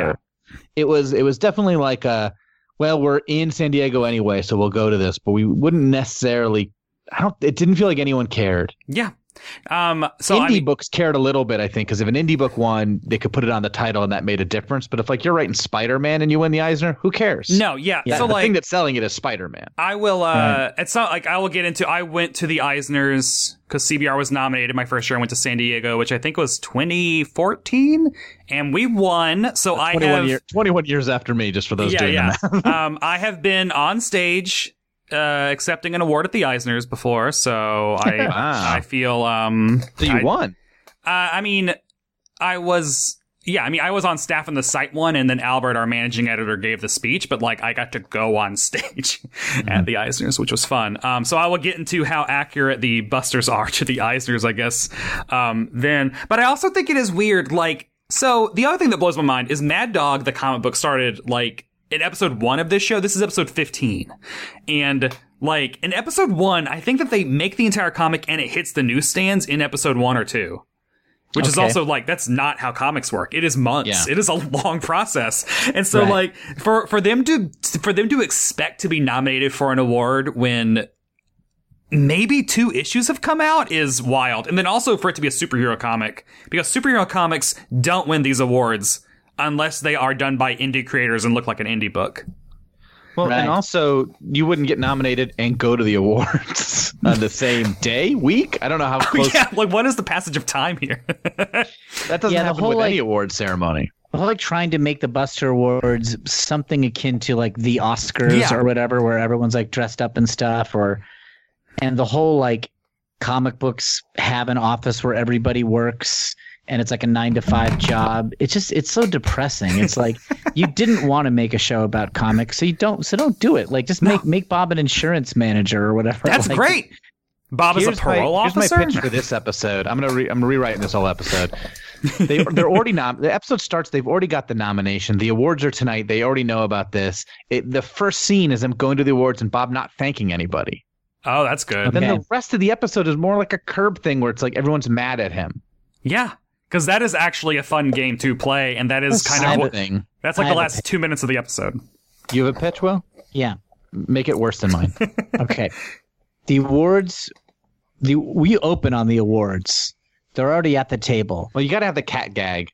[SPEAKER 1] yeah.
[SPEAKER 2] It was. It was definitely like a. Well, we're in San Diego anyway, so we'll go to this. But we wouldn't necessarily. I don't. It didn't feel like anyone cared.
[SPEAKER 1] Yeah. Um. So
[SPEAKER 2] indie
[SPEAKER 1] I mean,
[SPEAKER 2] books cared a little bit, I think, because if an indie book won, they could put it on the title, and that made a difference. But if like you're writing Spider Man and you win the Eisner, who cares?
[SPEAKER 1] no. Yeah.
[SPEAKER 2] Yeah,
[SPEAKER 1] so
[SPEAKER 2] the
[SPEAKER 1] like,
[SPEAKER 2] thing that's selling it is Spider Man.
[SPEAKER 1] I will. uh It's not like I will get into. I went to the Eisners because CBR was nominated my first year. I went to San Diego, which I think was 2014, and we won. So I have.
[SPEAKER 2] year- 21 years after me, just for those doing
[SPEAKER 1] yeah,
[SPEAKER 2] the math.
[SPEAKER 1] yeah. um, I have been on stage uh, accepting an award at the Eisners before, so I
[SPEAKER 2] Wow.
[SPEAKER 1] I feel um
[SPEAKER 2] So you
[SPEAKER 1] I,
[SPEAKER 2] won.
[SPEAKER 1] uh, I mean, I was. Yeah, I mean, I was on staff in the site one, and then Albert, our managing editor, gave the speech. But like, I got to go on stage at the Eisners, which was fun. Um, so I will get into how accurate the Busters are to the Eisners, I guess. Um, then, but I also think it is weird. Like, so the other thing that blows my mind is Mad Dog, the comic book, started like in episode one of this show. This is episode fifteen, and like in episode one, I think that they make the entire comic and it hits the newsstands in episode one or two which is also like that's not how comics work it is months
[SPEAKER 2] Yeah.
[SPEAKER 1] it is a long process and so
[SPEAKER 2] Right.
[SPEAKER 1] like for for them to for them to expect to be nominated for an award when maybe two issues have come out is wild and then also for it to be a superhero comic because superhero comics don't win these awards unless they are done by indie creators and look like an indie book
[SPEAKER 2] Well,
[SPEAKER 3] Right.
[SPEAKER 2] and also you wouldn't get nominated and go to the awards on the same day, week. I don't know how close.
[SPEAKER 1] Oh, yeah like what is the passage of time here
[SPEAKER 2] That doesn't
[SPEAKER 3] Yeah, the
[SPEAKER 2] happen
[SPEAKER 3] whole,
[SPEAKER 2] with any
[SPEAKER 3] like-
[SPEAKER 2] award ceremony.
[SPEAKER 3] Well, like trying to make the Buster Awards something akin to like the Oscars
[SPEAKER 1] Yeah.
[SPEAKER 3] or whatever, where everyone's like dressed up and stuff, or and the whole like comic books have an office where everybody works and it's like a nine to five job. It's just it's so depressing. It's like you didn't want to make a show about comics, so you don't so don't do it. Like just make make Bob an insurance manager or whatever.
[SPEAKER 1] that's
[SPEAKER 3] Like,
[SPEAKER 1] great bob is a
[SPEAKER 2] Here's my-
[SPEAKER 1] parole
[SPEAKER 2] Here's
[SPEAKER 1] officer
[SPEAKER 2] my pitch for this episode. I'm gonna re- I'm rewriting this whole episode. They they're already nom. The episode starts. They've already got the nomination. The awards are tonight. They already know about this. It, the first scene is them going to the awards and Bob not thanking anybody.
[SPEAKER 1] oh that's good
[SPEAKER 2] Then
[SPEAKER 3] Okay.
[SPEAKER 2] the rest of the episode is more like a curb thing where it's like everyone's mad at him.
[SPEAKER 1] Yeah, because that is actually a fun game to play, and that is
[SPEAKER 3] That's
[SPEAKER 1] kind of what-
[SPEAKER 2] thing.
[SPEAKER 1] that's like the
[SPEAKER 3] I have a
[SPEAKER 1] last two minutes of the episode.
[SPEAKER 2] You have a pitch, Will?
[SPEAKER 3] Yeah.
[SPEAKER 2] Make it worse than mine.
[SPEAKER 3] okay. The awards the we open on the awards. They're already at the table.
[SPEAKER 2] well, you got to have the cat gag.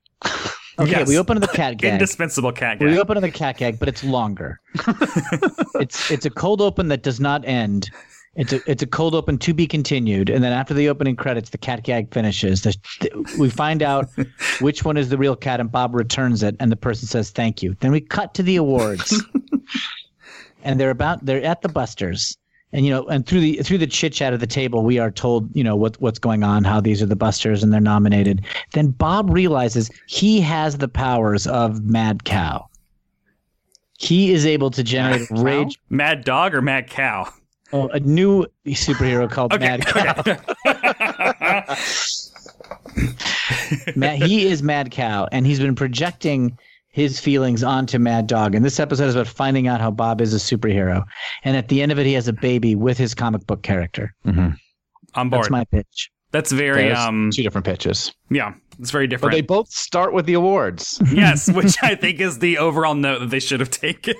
[SPEAKER 3] Okay,
[SPEAKER 1] Yes.
[SPEAKER 3] we open to the cat gag.
[SPEAKER 1] Indispensable cat
[SPEAKER 3] We
[SPEAKER 1] game.
[SPEAKER 3] open to the cat gag, but it's longer. it's it's a cold open that does not end. It's a it's a cold open to be continued, and then after the opening credits, the cat gag finishes. The, the- we find out which one is the real cat, and Bob returns it, and the person says thank you. Then we cut to the awards, and they're about they're at the Busters, and you know, and through the through the chit chat at the table, we are told you know what what's going on, how these are the Busters, and they're nominated. Then Bob realizes he has the powers of Mad Cow. He is able to generate rage
[SPEAKER 1] Mad dog or mad cow?
[SPEAKER 3] Oh, a new superhero called
[SPEAKER 1] Okay,
[SPEAKER 3] Mad Cow. Mad, he is Mad Cow, and he's been projecting his feelings onto Mad Dog. And this episode is about finding out how Bob is a superhero. And at the end of it, he has a baby with his comic book character.
[SPEAKER 1] I'm bored.
[SPEAKER 3] That's
[SPEAKER 1] That's,
[SPEAKER 3] my pitch.
[SPEAKER 1] very
[SPEAKER 2] There's
[SPEAKER 1] um
[SPEAKER 2] two different pitches,
[SPEAKER 1] yeah, it's very
[SPEAKER 2] but
[SPEAKER 1] different.
[SPEAKER 2] they both start with the awards.
[SPEAKER 1] yes, which I think is the overall note that they should have taken.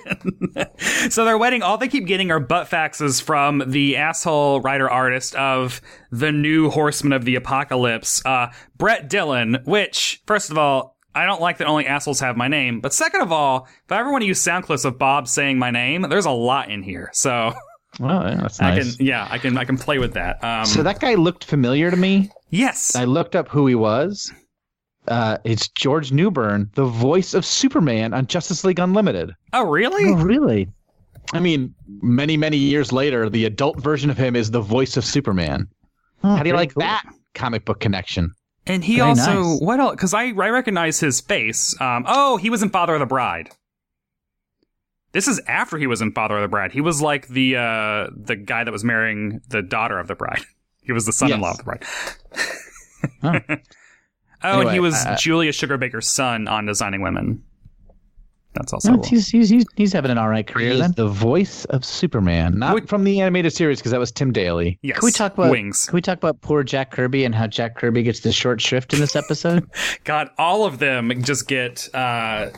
[SPEAKER 1] so their wedding, all they keep getting are butt faxes from the asshole writer artist of the new Horseman of the Apocalypse, uh, Brett Dillon. Which, first of all, I don't like that only assholes have my name. But second of all, if I ever want to use sound clips of Bob saying my name, there's a lot in here, so
[SPEAKER 2] well, yeah, that's
[SPEAKER 1] I can yeah, I can I can play with that. Um,
[SPEAKER 2] so that guy looked familiar to me.
[SPEAKER 1] yes,
[SPEAKER 2] I looked up who he was. Uh, it's George Newbern, the voice of Superman on Justice League Unlimited.
[SPEAKER 1] oh really?
[SPEAKER 3] Oh, really?
[SPEAKER 2] I mean, many, many years later, the
[SPEAKER 3] Oh,
[SPEAKER 2] adult version of him is the voice of Superman. How do you like that comic book connection?
[SPEAKER 1] And he
[SPEAKER 3] Very
[SPEAKER 1] also
[SPEAKER 3] nice.
[SPEAKER 1] what else? Because I I recognize his face. Um, oh, he was in Father of the Bride. This is after he was in Father of the Bride. He was like the uh, the guy that was marrying the daughter of the bride. He was the son-in-law
[SPEAKER 3] Yes.
[SPEAKER 1] of the bride.
[SPEAKER 3] Huh.
[SPEAKER 1] oh, and he
[SPEAKER 3] Anyway,
[SPEAKER 1] was
[SPEAKER 3] uh,
[SPEAKER 1] Julia Sugar Baker's son on Designing Women. That's also
[SPEAKER 3] No, he's, he's, he's, he's having an all right
[SPEAKER 2] He
[SPEAKER 3] career
[SPEAKER 2] is
[SPEAKER 3] then.
[SPEAKER 2] the voice of Superman, not
[SPEAKER 1] Would-
[SPEAKER 2] from the animated series because that was Tim Daly.
[SPEAKER 1] yes.
[SPEAKER 3] Can we talk about
[SPEAKER 1] wings?
[SPEAKER 3] Can we talk about poor Jack Kirby and how Jack Kirby gets the short shrift in this episode?
[SPEAKER 1] God, all of them just get uh,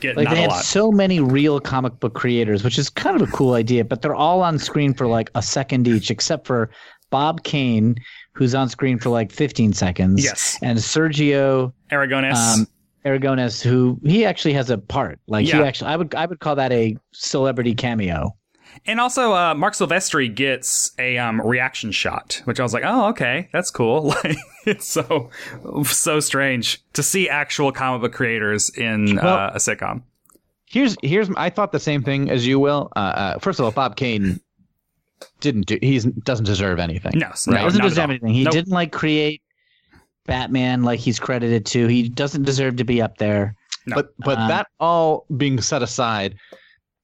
[SPEAKER 1] get
[SPEAKER 3] Like
[SPEAKER 1] not
[SPEAKER 3] they
[SPEAKER 1] a
[SPEAKER 3] have
[SPEAKER 1] lot.
[SPEAKER 3] so many real comic book creators, which is kind of a cool idea, but they're all on screen for like a second each, except for Bob Kane, who's on screen for like 15 seconds.
[SPEAKER 1] Yes.
[SPEAKER 3] And Sergio
[SPEAKER 1] Aragonis.
[SPEAKER 3] um, Aragones, who he actually has a part. Like
[SPEAKER 1] Yeah.
[SPEAKER 3] he actually, I would I would call that a celebrity cameo.
[SPEAKER 1] And also, uh, Mark Silvestri gets a um, reaction shot, which I was like, "Oh, okay, that's cool." Like, it's so so strange to see actual comic book creators in uh,
[SPEAKER 2] Well-
[SPEAKER 1] a sitcom.
[SPEAKER 2] Here's here's I thought the same thing as you. Will uh, uh, first of all, Bob Kane didn't do he doesn't deserve anything.
[SPEAKER 1] No, no,
[SPEAKER 2] Right.
[SPEAKER 3] doesn't
[SPEAKER 1] not at
[SPEAKER 3] deserve
[SPEAKER 1] all.
[SPEAKER 3] anything. He
[SPEAKER 1] Nope.
[SPEAKER 3] didn't like create Batman like he's credited to. He doesn't deserve to be up there.
[SPEAKER 1] No.
[SPEAKER 2] But but
[SPEAKER 3] Um,
[SPEAKER 2] that all being set aside,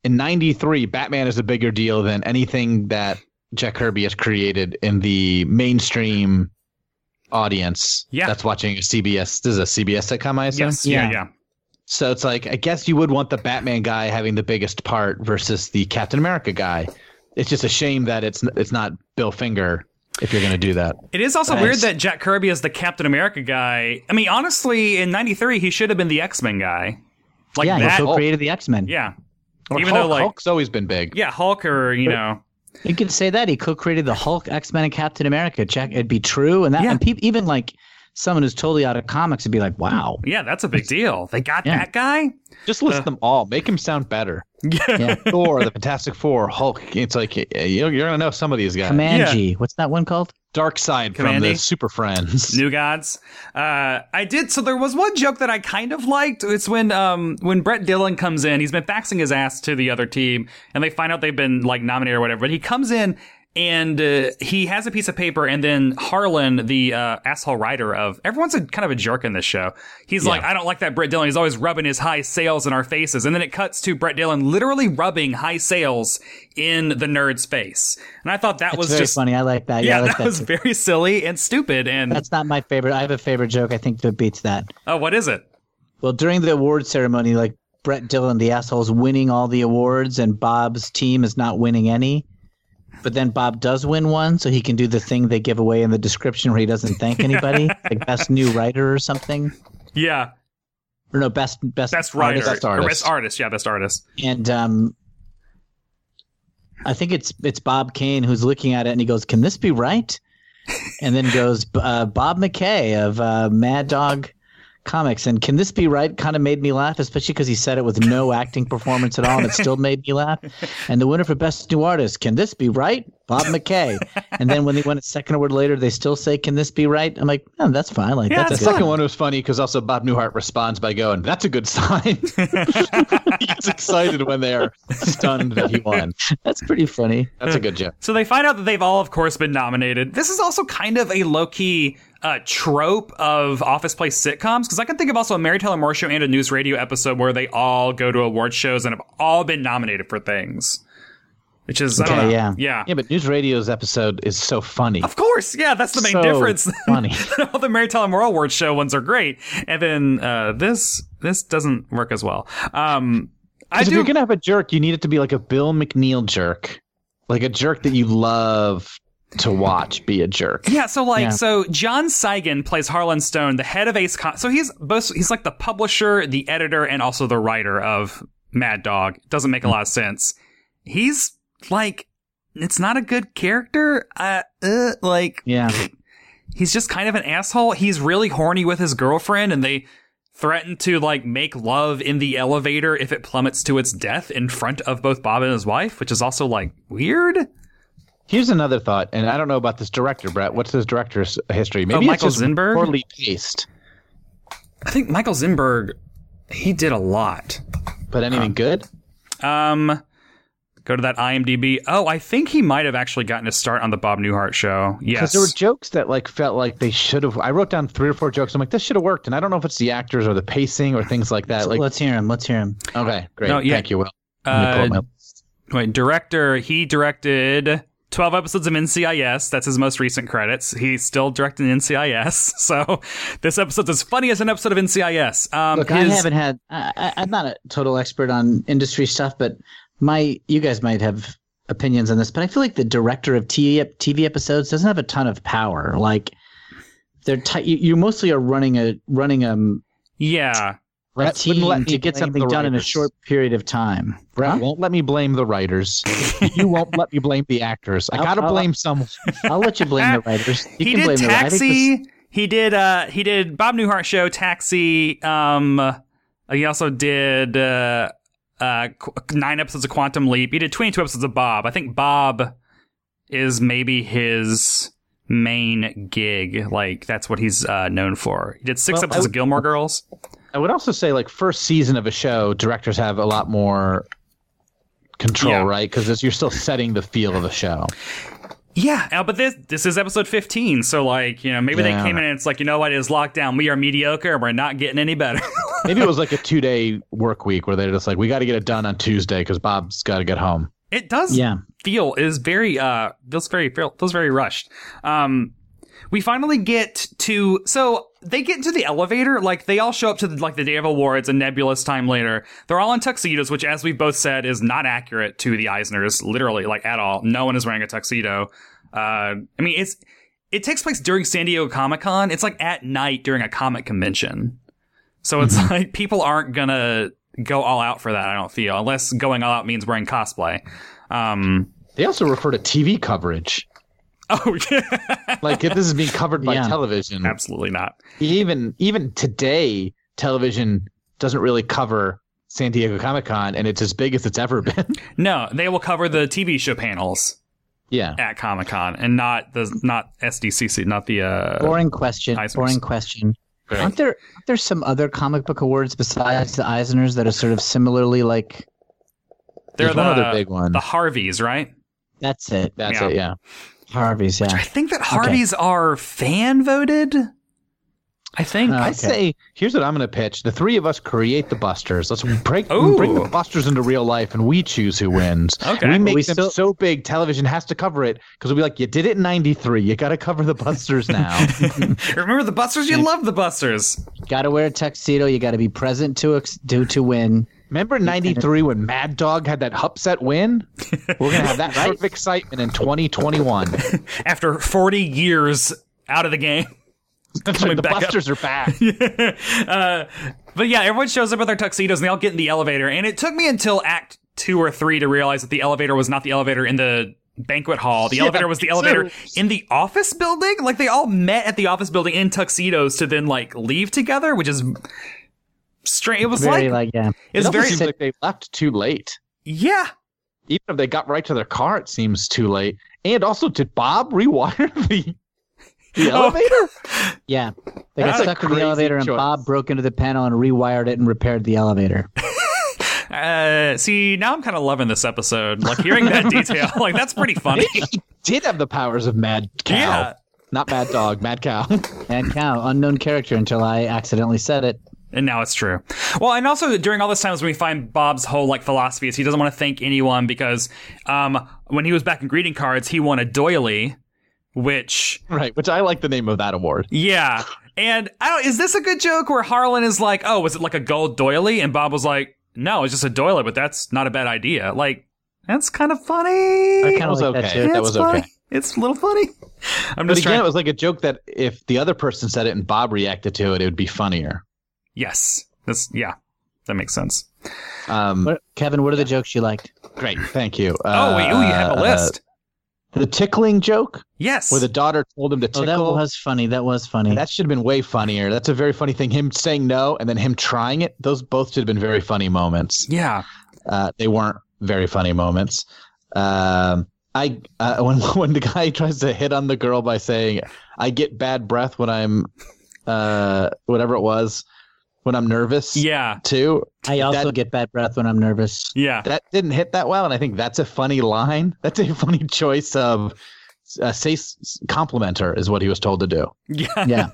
[SPEAKER 2] in '93, Batman is a bigger deal than anything that Jack Kirby has created in the mainstream audience.
[SPEAKER 1] Yeah.
[SPEAKER 2] that's watching CBS. This is a CBS sitcom, I assume.
[SPEAKER 1] Yes, yeah, yeah.
[SPEAKER 3] Yeah.
[SPEAKER 2] So it's like I guess you would want the Batman guy having the biggest part versus the Captain America guy. It's just a shame that it's it's not Bill Finger if you're going to do that.
[SPEAKER 1] It is also
[SPEAKER 3] Nice.
[SPEAKER 1] weird that Jack Kirby is the Captain America guy. I mean, honestly, in '93, he should have been the X Men guy. Like
[SPEAKER 3] yeah,
[SPEAKER 1] that.
[SPEAKER 3] he also
[SPEAKER 2] Hulk.
[SPEAKER 3] created the X Men.
[SPEAKER 1] yeah,
[SPEAKER 2] Or
[SPEAKER 1] Even
[SPEAKER 2] Hulk,
[SPEAKER 1] though, like-
[SPEAKER 2] Hulk's always been big.
[SPEAKER 1] yeah, Hulk or you know,
[SPEAKER 3] You could say that he co-created the Hulk, X Men, and Captain America. Jack, it'd be true, and that,
[SPEAKER 1] Yeah.
[SPEAKER 3] and peop, even like someone who's totally out of comics would be like, "Wow,
[SPEAKER 1] yeah, that's a big deal. They got
[SPEAKER 3] Yeah.
[SPEAKER 1] that guy.
[SPEAKER 2] Just
[SPEAKER 1] Uh.
[SPEAKER 2] list them all. Make him sound better.
[SPEAKER 3] yeah,
[SPEAKER 2] Thor, the Fantastic Four, Hulk. It's like eh, you're, you're going to know some of these guys.
[SPEAKER 3] Comanche. What's that one called?
[SPEAKER 2] Dark Side from
[SPEAKER 1] Commandy?
[SPEAKER 2] the Super Friends.
[SPEAKER 1] New Gods. Uh, I did. So there was one joke that I kind of liked. It's when um, when Brett Dillon comes in. He's been faxing his ass to the other team, and they find out they've been like nominated or whatever. But he comes in and uh, he has a piece of paper, and then Harlan, the uh, asshole writer of everyone's a kind of a jerk in this show. He's like, I don't like that Brett Dillon. He's always rubbing his high sales in our faces, and then it cuts to Brett Dillon literally rubbing high sales in the nerd's face. And I thought that was
[SPEAKER 3] Very
[SPEAKER 1] just
[SPEAKER 3] funny. I like that.
[SPEAKER 1] Yeah,
[SPEAKER 3] Yeah, I like
[SPEAKER 1] that
[SPEAKER 3] that.
[SPEAKER 1] was
[SPEAKER 3] too.
[SPEAKER 1] very silly and stupid. And
[SPEAKER 3] That's not my favorite. I have a favorite joke. I think that beats that.
[SPEAKER 1] Oh, what is it?
[SPEAKER 3] Well, during the award ceremony, like Brett Dillon, the asshole's winning all the awards, and Bob's team is not winning any. But then Bob does win one, so he can do the thing they give away in the description where he doesn't thank anybody, like best new writer or something,
[SPEAKER 1] Yeah,
[SPEAKER 3] or no, best best
[SPEAKER 1] best writer,
[SPEAKER 3] artist.
[SPEAKER 2] Best
[SPEAKER 1] Or
[SPEAKER 2] artist.
[SPEAKER 1] best artist. Yeah, best artist.
[SPEAKER 3] And um, I think it's it's Bob Kane who's looking at it, and he goes, "Can this be right?" And then goes uh, Bob McKay of uh, Mad Dog Comics, and "Can this be right?" kind of made me laugh, especially because he said it with no acting performance at all, and it still made me laugh. And the winner for Best New Artist, "Can this be right?" Bob McKay. And then when they won a second award later, they still say, "Can this be right?" I'm like, "No, that's fine. Like
[SPEAKER 1] Yeah,
[SPEAKER 3] that's,
[SPEAKER 2] The
[SPEAKER 1] that's
[SPEAKER 3] a good
[SPEAKER 2] second one was funny because also Bob Newhart responds by going, "That's a good sign." he gets excited when they're stunned that he won.
[SPEAKER 3] That's pretty funny."
[SPEAKER 2] That's a good joke.
[SPEAKER 1] So they find out that they've all, of course, been nominated. This is also kind of a low key uh, trope of office place sitcoms because I can think of also a Mary Tyler Moore show and a news radio episode where they all go to award shows and have all been nominated for things, which is I don't
[SPEAKER 3] Okay,
[SPEAKER 1] know.
[SPEAKER 3] yeah.
[SPEAKER 1] yeah,
[SPEAKER 2] Yeah, but News Radio's episode is so funny.
[SPEAKER 1] Of course, yeah, that's the main
[SPEAKER 3] So
[SPEAKER 1] difference.
[SPEAKER 3] funny.
[SPEAKER 1] all the Mary Tyler Moore Award Show ones are great, and then uh, this this doesn't work as well. Um, I
[SPEAKER 2] Because if
[SPEAKER 1] do.
[SPEAKER 2] you're gonna have a jerk, you need it to be like a Bill McNeil jerk, like a jerk that you love to watch be a jerk.
[SPEAKER 1] Yeah, so like,
[SPEAKER 3] Yeah.
[SPEAKER 1] so John Seigan plays Harlan Stone, the head of Ace. Com- so he's both he's like the publisher, the editor, and also the writer of Mad Dog. Doesn't make a lot of sense. He's like, it's not a good character. Uh, uh like
[SPEAKER 3] Yeah.
[SPEAKER 1] he's just kind of an asshole. He's really horny with his girlfriend, and they threaten to like make love in the elevator if it plummets to its death in front of both Bob and his wife, which is also like weird.
[SPEAKER 2] Here's another thought, and I don't know about this director, Brett. What's this director's history? Maybe
[SPEAKER 1] Oh, Michael
[SPEAKER 2] it's just
[SPEAKER 1] Zinberg?
[SPEAKER 2] poorly paced.
[SPEAKER 1] I think Michael Zimberg, he did a lot.
[SPEAKER 2] But anything good?
[SPEAKER 1] Um, Go to that IMDb. Oh, I think he might have actually gotten his start on the Bob Newhart show. Yes.
[SPEAKER 2] Because there were jokes that like felt like they should have. I wrote down three or four jokes. I'm like, this should have worked, and I don't know if it's the actors or the pacing or things like that. Like,
[SPEAKER 3] let's hear him. Let's hear him.
[SPEAKER 2] okay, great,
[SPEAKER 1] No, yeah.
[SPEAKER 2] thank you, Will.
[SPEAKER 1] Uh, Wait, director. He directed 12 episodes of NCIS. That's his most recent credits. He's still directing NCIS. So this episode's as funny as an episode of NCIS. Um,
[SPEAKER 3] Look, I
[SPEAKER 1] his-
[SPEAKER 3] haven't had. I, I, I'm not a total expert on industry stuff, but my you guys might have opinions on this. But I feel like the director of TV, ep- TV episodes doesn't have a ton of power. Like they're ti you, you mostly are running a running um,
[SPEAKER 1] yeah.
[SPEAKER 3] a
[SPEAKER 2] Brett wouldn't let me
[SPEAKER 3] team to get
[SPEAKER 2] blame
[SPEAKER 3] something
[SPEAKER 2] the
[SPEAKER 3] done in a
[SPEAKER 2] writers.
[SPEAKER 3] short period of time.
[SPEAKER 2] Brett
[SPEAKER 3] Huh?
[SPEAKER 2] won't let me blame the writers. you won't let me blame the actors. I
[SPEAKER 3] I'll-
[SPEAKER 2] gotta
[SPEAKER 3] I'll-
[SPEAKER 2] blame someone.
[SPEAKER 3] I'll let you blame the writers.
[SPEAKER 1] he
[SPEAKER 3] You can
[SPEAKER 1] did
[SPEAKER 3] blame the writers. I think
[SPEAKER 1] Taxi. He did. Uh, he did Bob Newhart show Taxi. Um, he also did uh, uh, qu- nine episodes of Quantum Leap. He did twenty-two episodes of Bob. I think Bob is maybe his main gig. Like that's what he's uh, known for. He did six
[SPEAKER 2] Well, I
[SPEAKER 1] episodes of
[SPEAKER 2] would-
[SPEAKER 1] Gilmore Girls.
[SPEAKER 2] I would also say like first season of a show, directors have a lot more control,
[SPEAKER 1] Yeah.
[SPEAKER 2] right? Because you're still setting the feel of a show.
[SPEAKER 1] Yeah, uh, but this this is episode fifteen. So like you know maybe
[SPEAKER 2] Yeah.
[SPEAKER 1] they came in and it's like you know what it is lockdown. We are mediocre. and We're not getting any better.
[SPEAKER 2] Maybe it was like a two day work week where they're just like, we got to get it done on Tuesday because Bob's got to get home.
[SPEAKER 1] it does.
[SPEAKER 3] Yeah.
[SPEAKER 1] feel is very uh feels very feel- feels very rushed. Um we finally get to so they get into the elevator like they all show up to the, like the day of awards and nebulous time later they're all in tuxedos which as we've both said is not accurate to the eisners literally like at all no one is wearing a tuxedo uh i mean it's it takes place during san diego comic-con it's like at night during a comic convention so it's like people aren't gonna go all out for that i don't feel unless going all out means wearing cosplay um
[SPEAKER 2] They also refer to TV coverage.
[SPEAKER 1] Oh yeah,
[SPEAKER 2] Like if this is being covered by
[SPEAKER 3] Yeah.
[SPEAKER 2] television,
[SPEAKER 1] absolutely not.
[SPEAKER 2] even even today, television doesn't really cover San Diego Comic Con, and it's as big as it's ever been.
[SPEAKER 1] No, they will cover the TV show panels
[SPEAKER 2] yeah,
[SPEAKER 1] at Comic Con and not the not SDCC, not the. Uh,
[SPEAKER 3] Boring question.
[SPEAKER 1] Eisners.
[SPEAKER 3] Boring question. Aren't there aren't there some other comic book awards besides the Eisners that are sort of similarly like
[SPEAKER 1] they're
[SPEAKER 2] there's one other
[SPEAKER 1] the
[SPEAKER 2] big one.
[SPEAKER 1] the Harveys, right?
[SPEAKER 3] that's it.
[SPEAKER 2] That's
[SPEAKER 1] Yeah.
[SPEAKER 2] it. Yeah,
[SPEAKER 3] Harvey's, yeah.
[SPEAKER 1] I think that Harveys are fan voted. I think.
[SPEAKER 2] I
[SPEAKER 3] Uh, Okay.
[SPEAKER 2] say here's what I'm going to pitch: the three of us create the Busters. Let's break
[SPEAKER 1] Ooh.
[SPEAKER 2] bring the Busters into real life, and we choose who wins.
[SPEAKER 1] Okay.
[SPEAKER 2] we make
[SPEAKER 3] We
[SPEAKER 2] them
[SPEAKER 3] still-
[SPEAKER 2] so big, television has to cover it because we'll be like, you did it in '93. You got to cover the Busters now.
[SPEAKER 1] Remember the Busters? You love the Busters.
[SPEAKER 3] Got to wear a tuxedo. You got to be present to ex- do to win.
[SPEAKER 2] Remember '93 when Mad Dog had that upset win? We're gonna have that sort of excitement in 2021.
[SPEAKER 1] After forty years out of the game.
[SPEAKER 2] the
[SPEAKER 1] back up.
[SPEAKER 2] Busters are back.
[SPEAKER 1] uh, but yeah, everyone shows up with their tuxedos and they all get in the elevator. And it took me until Act Two or Three to realize that the elevator was not the elevator in the banquet hall. The elevator was the elevator in the office building. Like they all met at the office building in tuxedos to then like leave together, which is strange. It was
[SPEAKER 3] Very
[SPEAKER 1] like,
[SPEAKER 3] like, yeah.
[SPEAKER 1] it's
[SPEAKER 2] it almost
[SPEAKER 1] very
[SPEAKER 2] seems like they left too late.
[SPEAKER 1] yeah.
[SPEAKER 2] Even if they got right to their car, it seems too late. And also, did Bob rewire the the
[SPEAKER 1] Oh,
[SPEAKER 2] elevator?
[SPEAKER 3] Yeah. They
[SPEAKER 2] That's
[SPEAKER 3] got
[SPEAKER 2] a
[SPEAKER 3] stuck with the
[SPEAKER 2] crazy
[SPEAKER 3] elevator and
[SPEAKER 2] choice.
[SPEAKER 3] Bob broke into the panel and rewired it and repaired the elevator.
[SPEAKER 1] Uh, see, now I'm kind of loving this episode. Like hearing that detail, like that's pretty funny.
[SPEAKER 2] he did have the powers of Mad Cow,
[SPEAKER 1] Yeah.
[SPEAKER 2] not Mad Dog, Mad Cow.
[SPEAKER 3] And cow, unknown character until I accidentally said it.
[SPEAKER 1] And now it's true. Well, and also during all this time is when we find Bob's whole like philosophy is he doesn't want to thank anyone because um, when he was back in greeting cards, he won a doily, which
[SPEAKER 2] right, which I like the name of that award.
[SPEAKER 1] yeah. And I don't is this a good joke where Harlan is like, oh, was it like a gold doily? And Bob was like, no, it's just a doily, but that's not a bad idea. Like that's kind of funny.
[SPEAKER 3] I
[SPEAKER 2] That
[SPEAKER 3] kind
[SPEAKER 2] was
[SPEAKER 3] of like
[SPEAKER 2] okay.
[SPEAKER 3] that too.
[SPEAKER 2] that
[SPEAKER 1] It's
[SPEAKER 2] was
[SPEAKER 1] funny.
[SPEAKER 2] okay.
[SPEAKER 1] It's a little funny. I'm
[SPEAKER 2] But
[SPEAKER 1] just
[SPEAKER 2] again,
[SPEAKER 1] trying.
[SPEAKER 2] it was like a joke that if the other person said it and Bob reacted to it, it would be funnier.
[SPEAKER 1] yes, that's yeah, that makes sense.
[SPEAKER 2] Um,
[SPEAKER 3] What, Kevin, what are the jokes you liked?
[SPEAKER 2] great, thank you.
[SPEAKER 1] oh, wait, ooh, you have a
[SPEAKER 2] Uh,
[SPEAKER 1] list.
[SPEAKER 2] the tickling joke
[SPEAKER 1] yes,
[SPEAKER 2] where the daughter told him to tickle.
[SPEAKER 3] Oh, that was funny. That was funny.
[SPEAKER 2] And that should have been way funnier. That's a very funny thing. Him saying no and then him trying it. Those both should have been very funny moments.
[SPEAKER 1] yeah.
[SPEAKER 2] Uh, they weren't very funny moments. Um, I uh, when when the guy tries to hit on the girl by saying I get bad breath when I'm uh, whatever it was. when I'm nervous.
[SPEAKER 1] Yeah.
[SPEAKER 2] Too.
[SPEAKER 3] I also
[SPEAKER 2] That-
[SPEAKER 3] get bad breath when I'm nervous.
[SPEAKER 1] Yeah.
[SPEAKER 2] That didn't hit that well, and I think that's a funny line. That's a funny choice of uh, say s- complimenter is what he was told to do.
[SPEAKER 1] Yeah.
[SPEAKER 3] Yeah.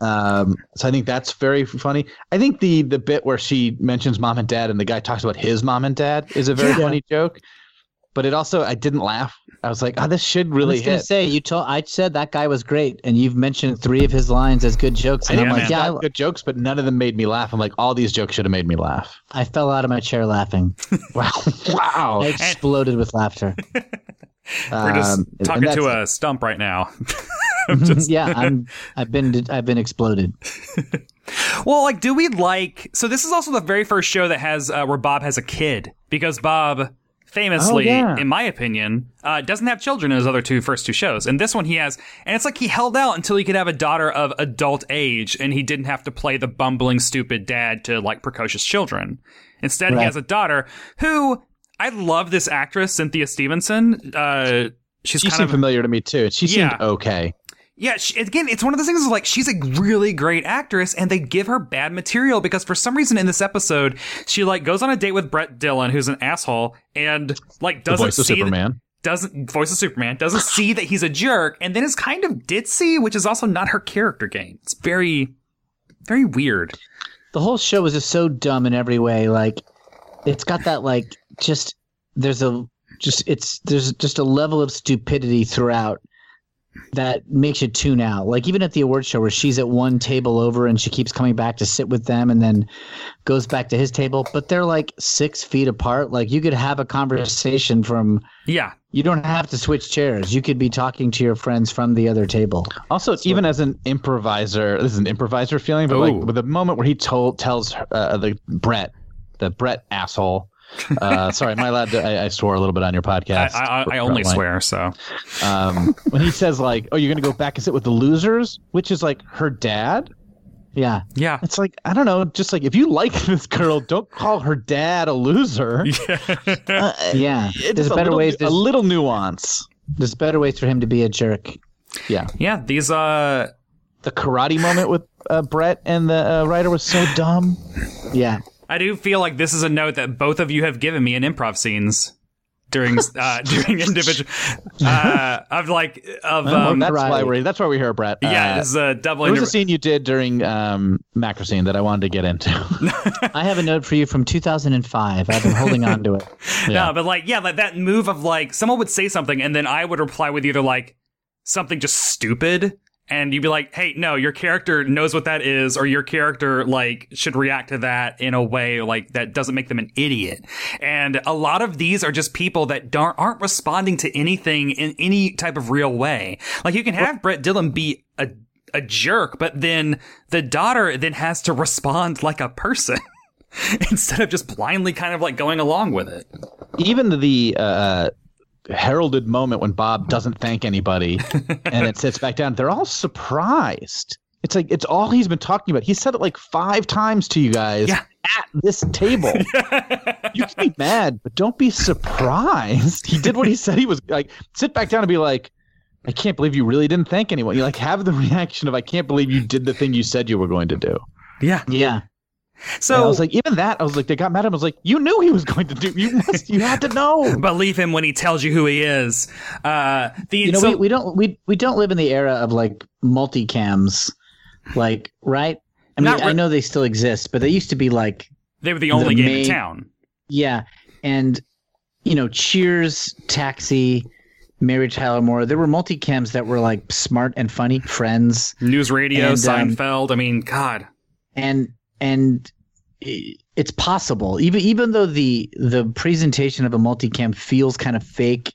[SPEAKER 2] Um, so I think that's very funny. I think the the bit where she mentions mom and dad and the guy talks about his mom and dad is a very
[SPEAKER 3] Yeah.
[SPEAKER 2] funny joke. But it also I didn't laugh. I was like, oh, this should really
[SPEAKER 3] I was gonna
[SPEAKER 2] hit.
[SPEAKER 3] say you told I said that guy was great, and you've mentioned three of his lines as good jokes,
[SPEAKER 2] I
[SPEAKER 3] and
[SPEAKER 2] know
[SPEAKER 3] I'm
[SPEAKER 2] my
[SPEAKER 3] like, yeah,
[SPEAKER 2] good jokes, but none of them made me laugh. I'm like, all these jokes should have made me laugh.
[SPEAKER 3] I, I fell out of my chair laughing.
[SPEAKER 2] Wow, wow.
[SPEAKER 3] I exploded with laughter.
[SPEAKER 1] We're just
[SPEAKER 2] Um, and
[SPEAKER 1] talking to
[SPEAKER 2] that's-
[SPEAKER 1] a stump right now. I'm just-
[SPEAKER 3] yeah, I'm. I've been. I've been exploded.
[SPEAKER 1] Well, like, do we like? So this is also the very first show that has uh, where Bob has a kid because Bob, famously,
[SPEAKER 2] Oh, yeah.
[SPEAKER 1] in my opinion, uh, doesn't have children in his other two first two shows, and this one he has, and it's like he held out until he could have a daughter of adult age, and he didn't have to play the bumbling stupid dad to like precocious children. Instead, he
[SPEAKER 3] Right.
[SPEAKER 1] has a daughter who I love. This actress Cynthia Stevenson. Uh, she's
[SPEAKER 2] She
[SPEAKER 1] kind
[SPEAKER 2] seemed
[SPEAKER 1] of
[SPEAKER 2] familiar to me too. She seemed
[SPEAKER 1] Yeah.
[SPEAKER 2] okay.
[SPEAKER 1] yeah, she, again, it's one of those things. Is like she's a really great actress, and they give her bad material because for some reason in this episode, she like goes on a date with Brett Dillon, who's an asshole, and like doesn't
[SPEAKER 2] voice of
[SPEAKER 1] see
[SPEAKER 2] Superman.
[SPEAKER 1] doesn't voice of Superman doesn't see that he's a jerk, and then is kind of ditzy, which is also not her character game. It's very, very weird.
[SPEAKER 3] The whole show was just so dumb in every way. Like, it's got that like just there's a just it's there's just a level of stupidity throughout that makes you tune out. Like even at the award show where she's at one table over and she keeps coming back to sit with them and then goes back to his table, but they're like six feet apart. Like you could have a conversation from.
[SPEAKER 1] Yeah,
[SPEAKER 3] You don't have to switch chairs. You could be talking to your friends from the other table.
[SPEAKER 2] Also, even as an improviser, this is an improviser feeling, but like
[SPEAKER 1] Ooh.
[SPEAKER 2] with the moment where he told tells her- uh, the Brett, the Brett asshole. Uh, sorry, am I allowed to? I, I swore a little bit on your
[SPEAKER 1] I,
[SPEAKER 2] podcast.
[SPEAKER 1] I, I
[SPEAKER 2] Brett
[SPEAKER 1] only
[SPEAKER 2] White.
[SPEAKER 1] swear. So
[SPEAKER 2] Um, when he says like, "Oh, you're gonna go back and sit with the losers," which is like her dad.
[SPEAKER 3] Yeah.
[SPEAKER 1] yeah,
[SPEAKER 2] It's like I don't know, just like if you like this girl, don't call her dad a loser.
[SPEAKER 3] Yeah.
[SPEAKER 2] It's
[SPEAKER 3] There's
[SPEAKER 2] Uh, a
[SPEAKER 3] better
[SPEAKER 2] little-
[SPEAKER 3] ways. There's,
[SPEAKER 2] a little nuance.
[SPEAKER 3] there's better ways for him to be a jerk.
[SPEAKER 2] Yeah,
[SPEAKER 1] yeah. These uh,
[SPEAKER 2] the karate moment with uh, Brett and the uh, writer was so dumb.
[SPEAKER 3] Yeah.
[SPEAKER 1] I do feel like this is a note that both of you have given me in improv scenes during uh, during individual uh, of like of um,
[SPEAKER 2] that's why
[SPEAKER 3] karate.
[SPEAKER 2] we're that's why we're here, Brett.
[SPEAKER 1] yeah,
[SPEAKER 2] Uh,
[SPEAKER 1] this is a double.
[SPEAKER 2] There was a
[SPEAKER 1] Inter-
[SPEAKER 2] scene you did during um, Macrocene that I wanted to get into.
[SPEAKER 3] I have a note for you from 2005. I've been holding on to it.
[SPEAKER 1] no, but like yeah, like that move of like someone would say something and then I would reply with either like something just stupid. And you'd be like, hey, no, your character knows what that is, or your character like should react to that in a way like that doesn't make them an idiot. And a lot of these are just people that don't, aren't responding to anything in any type of real way. Like you can have Brett Dillon be a a jerk, but then the daughter then has to respond like a person instead of just blindly kind of like going along with it.
[SPEAKER 2] Even the uh, heralded moment when Bob doesn't thank anybody and it sits back down, they're all surprised. It's like it's all he's been talking about. He said it like five times to you guys
[SPEAKER 1] Yeah.
[SPEAKER 2] at this table. you can be mad, but don't be surprised. He did what he said he was like. Sit back down and be like, "I can't believe you really didn't thank anyone." You like have the reaction of, "I can't believe you did the thing you said you were going to do."
[SPEAKER 1] Yeah.
[SPEAKER 3] Yeah.
[SPEAKER 2] And I
[SPEAKER 1] So
[SPEAKER 2] was like, even that, I was like, they got mad at him. I was like, you knew he was going to do. You must. You had to know.
[SPEAKER 1] believe him when he tells you who he is. Uh, the
[SPEAKER 3] You know,
[SPEAKER 1] so,
[SPEAKER 3] we, we don't we we don't live in the era of like multicams, like right. I mean,
[SPEAKER 1] Not re-
[SPEAKER 3] I know they still exist, but they used to be like
[SPEAKER 1] they were the only
[SPEAKER 3] the
[SPEAKER 1] game in
[SPEAKER 3] main-
[SPEAKER 1] town.
[SPEAKER 3] yeah, and you know, Cheers, Taxi, Mary Tyler Moore. There were multicams that were like smart and funny, Friends.
[SPEAKER 1] News radio,
[SPEAKER 3] And, um,
[SPEAKER 1] Seinfeld. I mean, God.
[SPEAKER 3] and and i- it's possible even even though the the presentation of a multicam feels kind of fake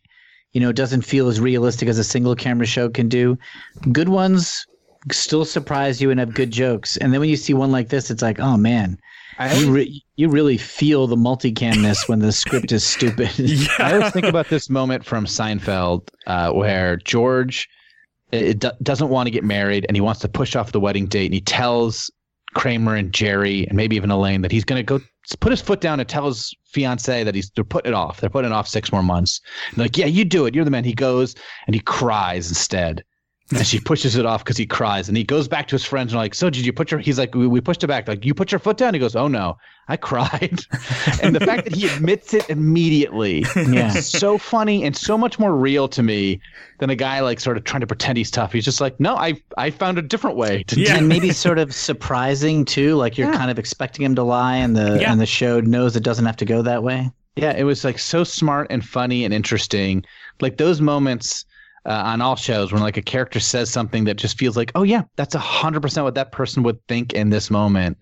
[SPEAKER 3] you know it doesn't feel as realistic as a single camera show can do good ones still surprise you and have good jokes and then when you see one like this it's like oh man you, re- you really feel the multicamness when the script is stupid
[SPEAKER 2] I always think about this moment from Seinfeld uh, where George it, it do- doesn't want to get married and he wants to push off the wedding date and he tells Kramer and Jerry and maybe even Elaine that he's going to go s- put his foot down and tell his fiance that he's they're putting it off. They're putting it off six more months. And they're like, yeah, you do it. You're the man. He goes and he cries instead. And she pushes it off because he cries, and he goes back to his friends and like, so did you put your? He's like, we, we pushed it back. Like you put your foot down. He goes, oh no, I cried. and the fact that he admits it immediately,
[SPEAKER 3] Yeah.
[SPEAKER 2] is so funny and so much more real to me than a guy like sort of trying to pretend he's tough. He's just like, no, I I found a different way to
[SPEAKER 1] Yeah.
[SPEAKER 3] and maybe sort of surprising too. Like you're kind of expecting him to lie, and the
[SPEAKER 1] Yeah.
[SPEAKER 3] and the show knows it doesn't have to go that way.
[SPEAKER 2] Yeah, it was like so smart and funny and interesting. Like those moments uh, on all shows when like a character says something that just feels like, oh yeah, that's hundred percent what that person would think in this moment.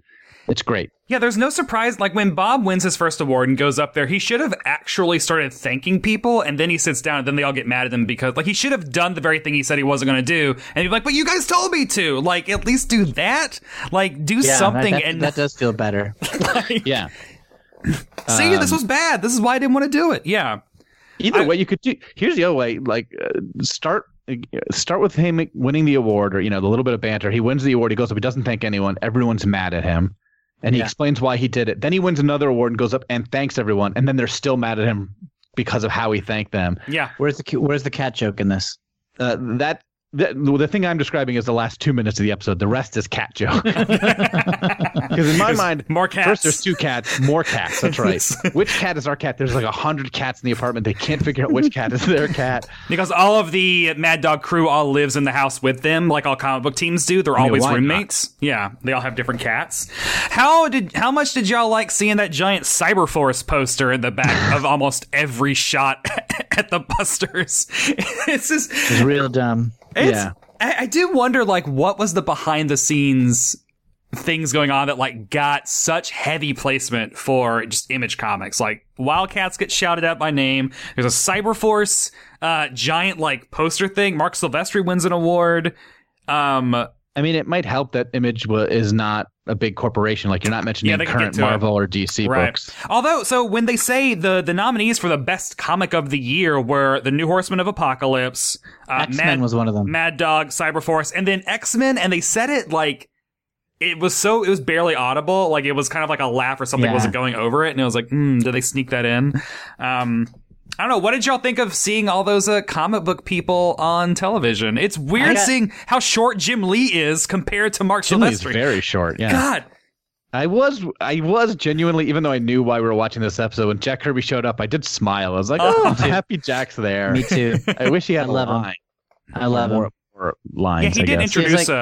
[SPEAKER 2] It's great.
[SPEAKER 1] Yeah, there's no surprise. Like when Bob wins his first award and goes up there, he should have actually started thanking people, and then he sits down, and then they all get mad at him because, like, he should have done the very thing he said he wasn't going to do, and he'd be like, "But you guys told me to." Like, at least do that. Like, do
[SPEAKER 3] Yeah, that-
[SPEAKER 1] something.
[SPEAKER 3] that,
[SPEAKER 1] and
[SPEAKER 3] that does feel better.
[SPEAKER 2] Yeah.
[SPEAKER 1] see, this
[SPEAKER 3] um,
[SPEAKER 1] was bad. This is why I didn't want to do it. Yeah,
[SPEAKER 2] Either way, you could do. Here's the other way: like uh, start uh, start with him winning the award, or you know, the little bit of banter. He wins the award. He goes up. He doesn't thank anyone. Everyone's mad at him, and he
[SPEAKER 3] Yeah.
[SPEAKER 2] explains why he did it. Then he wins another award and goes up and thanks everyone, and then they're still mad at him because of how he thanked them.
[SPEAKER 1] yeah.
[SPEAKER 3] Where's the cu- where's the cat joke in this?
[SPEAKER 2] Uh, that. that- The thing I'm describing is the last two minutes of the episode. The rest is cat joke. Because in my mind,
[SPEAKER 1] more cats.
[SPEAKER 2] First, there's two cats, more cats. That's right. which cat is our cat? There's like a hundred cats in the apartment. They can't figure out which cat is their cat.
[SPEAKER 1] Because all of the Mad Dog crew all lives in the house with them, like all comic book teams do. They're always
[SPEAKER 2] why not?
[SPEAKER 1] roommates. Yeah, they all have different cats. How did how much did y'all like seeing that giant Cyberforce poster in the back of almost every shot at the Busters? it's just
[SPEAKER 3] It's real dumb.
[SPEAKER 1] it's,
[SPEAKER 2] Yeah.
[SPEAKER 1] I, I do wonder like what was the behind the scenes things going on that like got such heavy placement for just image comics like wildcats get shouted out by name there's a cyberforce uh giant like poster thing mark silvestri wins an award um
[SPEAKER 2] I mean, it might help that Image wa- is not a big corporation. Like you're not mentioning
[SPEAKER 1] Yeah, they can get
[SPEAKER 2] current
[SPEAKER 1] to it.
[SPEAKER 2] Marvel or DC
[SPEAKER 1] right
[SPEAKER 2] books.
[SPEAKER 1] although so when they say the the nominees for the best comic of the year were the new horseman of apocalypse uh,
[SPEAKER 3] X
[SPEAKER 1] Mad-
[SPEAKER 3] Men was one of them.
[SPEAKER 1] Mad Dog, Cyberforce, and then X Men, and they said it like it was so it was barely audible, like it was kind of like a laugh or something
[SPEAKER 3] Yeah.
[SPEAKER 1] wasn't going over it, and it was like, mm, did they sneak that in? Um, I don't know. What did y'all think of seeing all those uh, comic book people on television? It's weird
[SPEAKER 3] got-
[SPEAKER 1] seeing how short Jim Lee is compared to Mark
[SPEAKER 2] Jim Lee's
[SPEAKER 1] Silvestri.
[SPEAKER 2] very short. Yeah,
[SPEAKER 1] God,
[SPEAKER 2] I was, I was genuinely, even though I knew why we were watching this episode, when Jack Kirby showed up, I did smile. I was like, oh, I'm happy Jack's there.
[SPEAKER 3] Me too.
[SPEAKER 2] I wish he had
[SPEAKER 3] I
[SPEAKER 2] a
[SPEAKER 3] love him.
[SPEAKER 2] line.
[SPEAKER 3] I love
[SPEAKER 2] more,
[SPEAKER 3] him.
[SPEAKER 2] more
[SPEAKER 1] yeah,
[SPEAKER 2] lines.
[SPEAKER 1] he
[SPEAKER 2] I
[SPEAKER 1] did
[SPEAKER 2] guess.
[SPEAKER 1] introduce
[SPEAKER 3] He has, like-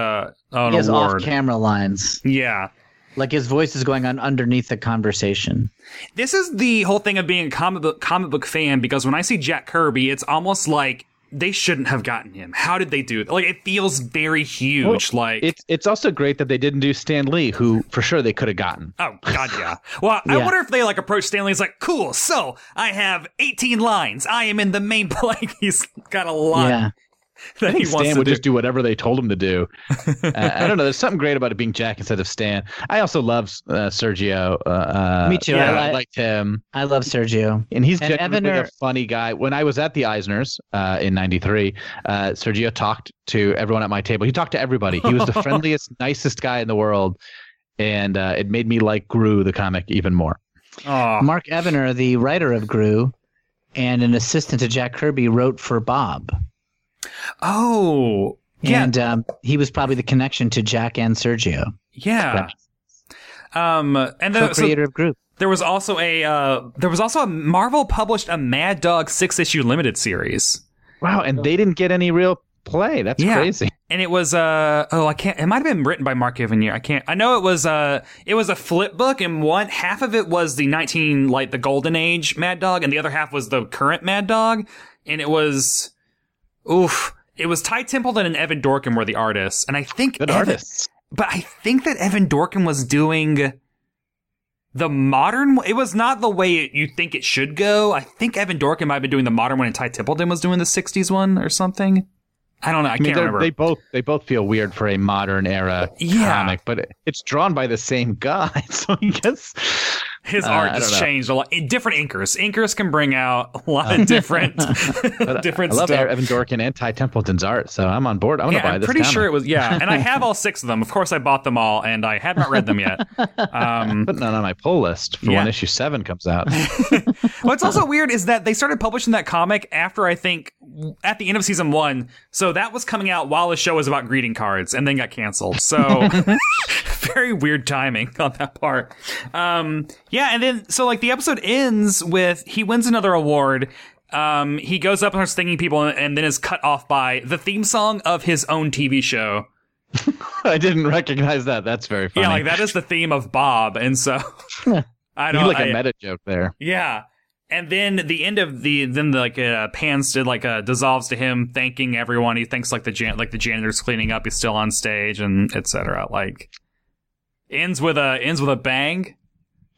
[SPEAKER 1] uh, an
[SPEAKER 3] He has
[SPEAKER 1] award.
[SPEAKER 3] off-camera lines.
[SPEAKER 1] yeah,
[SPEAKER 3] Like his voice is going on underneath the conversation.
[SPEAKER 1] This is the whole thing of being a comic book, comic book fan because when I see Jack Kirby, it's almost like they shouldn't have gotten him. How did they do it? Like it feels very huge. like
[SPEAKER 2] It's it's also great that they didn't do Stan Lee, who for sure they could have gotten.
[SPEAKER 1] oh god, yeah. Well, I
[SPEAKER 3] Yeah.
[SPEAKER 1] wonder if they like approached Stanley's like, cool. So I have 18 lines. I am in the main. Like he's got a lot
[SPEAKER 3] Yeah.
[SPEAKER 1] that he wants
[SPEAKER 2] Stan
[SPEAKER 1] to
[SPEAKER 2] would
[SPEAKER 1] do.
[SPEAKER 2] just do whatever they told him to do. Uh, I don't know. There's something great about it being Jack instead of Stan. I also love uh, Sergio. Uh, uh,
[SPEAKER 3] Me too.
[SPEAKER 1] yeah,
[SPEAKER 2] I
[SPEAKER 3] I, li-
[SPEAKER 2] liked him,
[SPEAKER 3] I love Sergio.
[SPEAKER 2] and he's
[SPEAKER 3] And
[SPEAKER 2] genuinely
[SPEAKER 3] Evander-
[SPEAKER 2] a funny guy. When I was at the Eisners uh, in '93, uh, Sergio talked to everyone at my table. He talked to everybody. He was the friendliest, nicest guy in the world, and uh, it made me like Gru the comic even more.
[SPEAKER 1] Aw.
[SPEAKER 3] Mark Evener, the writer of Gru, and an assistant to Jack Kirby, wrote for Bob.
[SPEAKER 1] oh yeah,
[SPEAKER 3] And um, he was probably the connection to Jack and Sergio,
[SPEAKER 1] yeah. Um, and the, so
[SPEAKER 3] co-creator of Gru.
[SPEAKER 1] There was also a uh, there was also a Marvel published a Mad Dog six issue limited series,
[SPEAKER 2] Wow, and they didn't get any real play. That's
[SPEAKER 1] Yeah.
[SPEAKER 2] crazy.
[SPEAKER 1] and it was uh oh I can't it might have been written by Mark Evanier I can't I know it was uh it was a flip book and one half of it was the nineteen like the Golden Age Mad Dog and the other half was the current Mad Dog and it was oof it was Ty Templeton and Evan Dorkin were the artists and I think
[SPEAKER 2] Good
[SPEAKER 1] Evan-
[SPEAKER 2] artists.
[SPEAKER 1] but I think that Evan Dorkin was doing the modern. It was not the way it, you think it should go. I think Evan Dorkin might have been doing the modern one, and Ty Templeton was doing the '60s one or something. I don't know. I,
[SPEAKER 2] I mean,
[SPEAKER 1] can't
[SPEAKER 2] they're-
[SPEAKER 1] remember.
[SPEAKER 2] they both they both feel weird for a modern era
[SPEAKER 1] Yeah.
[SPEAKER 2] comic, but it- it's drawn by the same guy, so I guess
[SPEAKER 1] His
[SPEAKER 2] uh,
[SPEAKER 1] art
[SPEAKER 2] I
[SPEAKER 1] just
[SPEAKER 2] don't know.
[SPEAKER 1] changed a lot. In different inkers. Inkers can bring out a lot of different
[SPEAKER 2] But I-
[SPEAKER 1] different
[SPEAKER 2] I love
[SPEAKER 1] stuff.
[SPEAKER 2] Evan Dorkin and Ty Templeton's art, so I'm on board. I'm gonna
[SPEAKER 1] yeah,
[SPEAKER 2] buy
[SPEAKER 1] I'm
[SPEAKER 2] this.
[SPEAKER 1] pretty
[SPEAKER 2] comic.
[SPEAKER 1] sure it was. Yeah, and I have all six of them. Of course, I bought them all, and I have not read them yet. Um,
[SPEAKER 2] Putting it on my pull list for
[SPEAKER 1] Yeah.
[SPEAKER 2] when issue seven comes out.
[SPEAKER 1] What's also weird is that they started publishing that comic after I think at the end of season one. So that was coming out while the show was about greeting cards and then got canceled. So very weird timing on that part. Um, yeah. And then, so like the episode ends with he wins another award. Um, he goes up and starts thanking people and, and then is cut off by the theme song of his own TV show.
[SPEAKER 2] I didn't recognize that. That's very funny.
[SPEAKER 1] Yeah. Like that is the theme of Bob. And so I
[SPEAKER 2] You
[SPEAKER 1] don't
[SPEAKER 2] like a
[SPEAKER 1] I-
[SPEAKER 2] meta joke there.
[SPEAKER 1] Yeah. And then the end of the then the, like uh, pans to like uh, dissolves to him thanking everyone. He thanks like the jan- like the janitor's cleaning up. He's still on stage and etc. Like ends with a ends with a bang.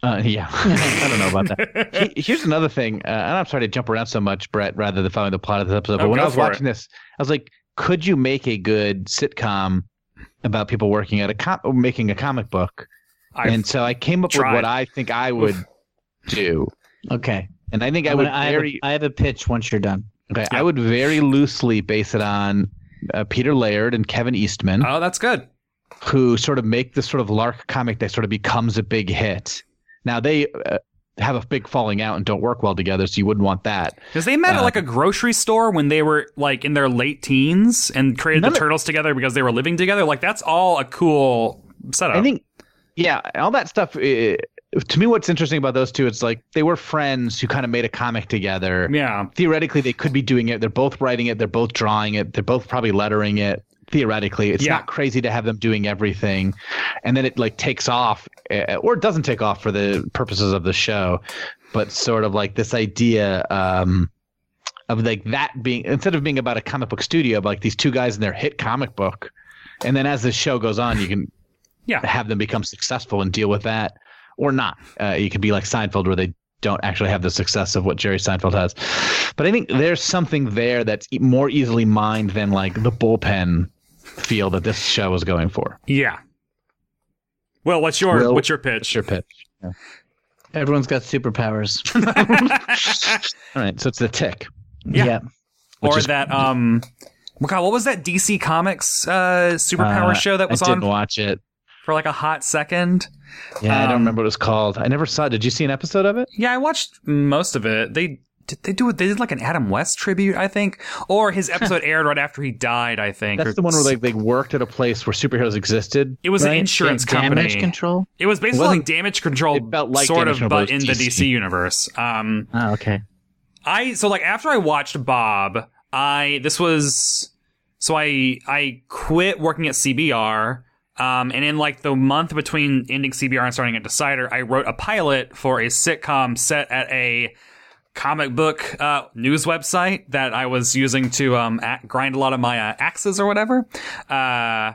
[SPEAKER 2] Uh, yeah, I don't know about that. He- here's another thing, uh, and I'm sorry to jump around so much, Brett, rather than following the plot of this episode. But
[SPEAKER 1] Oh,
[SPEAKER 2] when
[SPEAKER 1] go
[SPEAKER 2] I was
[SPEAKER 1] for
[SPEAKER 2] watching this, I was like, could you make a good sitcom about people working at a com- or making a comic book?
[SPEAKER 1] I
[SPEAKER 2] and so I came up
[SPEAKER 1] tried.
[SPEAKER 2] with what I think I would do,
[SPEAKER 3] Okay.
[SPEAKER 2] and I think I
[SPEAKER 3] I'm
[SPEAKER 2] would
[SPEAKER 3] gonna- I, have
[SPEAKER 2] very
[SPEAKER 3] a, I have a pitch once you're done.
[SPEAKER 2] okay, I would very loosely base it on uh, Peter Laird and Kevin Eastman.
[SPEAKER 1] oh that's good.
[SPEAKER 2] who sort of make this sort of lark comic that sort of becomes a big hit. Now they uh, have a big falling out and don't work well together, so you wouldn't want that.
[SPEAKER 1] Because they
[SPEAKER 2] Uh,
[SPEAKER 1] met at like a grocery store when they were like in their late teens and created the
[SPEAKER 2] None of-
[SPEAKER 1] turtles together because they were living together. Like that's all a cool setup.
[SPEAKER 2] I think, yeah, all that stuff. Uh, to me, what's interesting about those two, it's like they were friends who kind of made a comic together.
[SPEAKER 1] yeah.
[SPEAKER 2] Theoretically, they could be doing it. They're both writing it. They're both drawing it. They're both probably lettering it. Theoretically, it's
[SPEAKER 1] Yeah.
[SPEAKER 2] not crazy to have them doing everything, and then it like takes off, uh, or it doesn't take off for the purposes of the show, but sort of like this idea. Um, of like that being instead of being about a comic book studio, but like these two guys in their hit comic book, and then as the show goes on, you can
[SPEAKER 1] Yeah.
[SPEAKER 2] have them become successful and deal with that, or not. Uh, you could be like Seinfeld, where they don't actually have the success of what Jerry Seinfeld has. But I think there's something there that's e- more easily mined than like the bullpen feel that this show is going for.
[SPEAKER 1] Yeah. Well, what's your
[SPEAKER 2] Will-
[SPEAKER 1] what's your pitch?
[SPEAKER 2] Sure, pitch.
[SPEAKER 3] Everyone's got superpowers.
[SPEAKER 2] All right, so it's the tick.
[SPEAKER 1] Yeah. or
[SPEAKER 2] Which is-
[SPEAKER 1] that um well, God, what was that DC Comics uh superpower
[SPEAKER 2] Uh,
[SPEAKER 1] show that was
[SPEAKER 2] I
[SPEAKER 1] on
[SPEAKER 2] didn't watch it.
[SPEAKER 1] for like a hot second?
[SPEAKER 2] Yeah, I
[SPEAKER 1] Um,
[SPEAKER 2] don't remember what it was called. I never saw it. Did you see an episode of it?
[SPEAKER 1] Yeah, I watched most of it. They did they do it they did like an Adam West tribute, I think. Or his episode aired right after he died, I think. or
[SPEAKER 2] That's the one where like they worked at a place where superheroes existed.
[SPEAKER 1] it was an
[SPEAKER 3] right?
[SPEAKER 1] insurance
[SPEAKER 3] Da- damage
[SPEAKER 1] company.
[SPEAKER 3] control.
[SPEAKER 1] It was basically
[SPEAKER 2] It wasn't-
[SPEAKER 1] like damage control
[SPEAKER 2] it felt like
[SPEAKER 1] sort
[SPEAKER 2] damage
[SPEAKER 1] of
[SPEAKER 2] control,
[SPEAKER 1] but
[SPEAKER 2] but it
[SPEAKER 1] in
[SPEAKER 2] was
[SPEAKER 1] the
[SPEAKER 2] DC.
[SPEAKER 1] DC universe. Um
[SPEAKER 3] Oh, okay.
[SPEAKER 1] I so like after I watched Bob, I this was so I I quit working at CBR. Um, and in like the month between ending CBR and starting at Decider, I wrote a pilot for a sitcom set at a comic book uh, news website that I was using to um, a- grind a lot of my uh, axes or whatever, uh,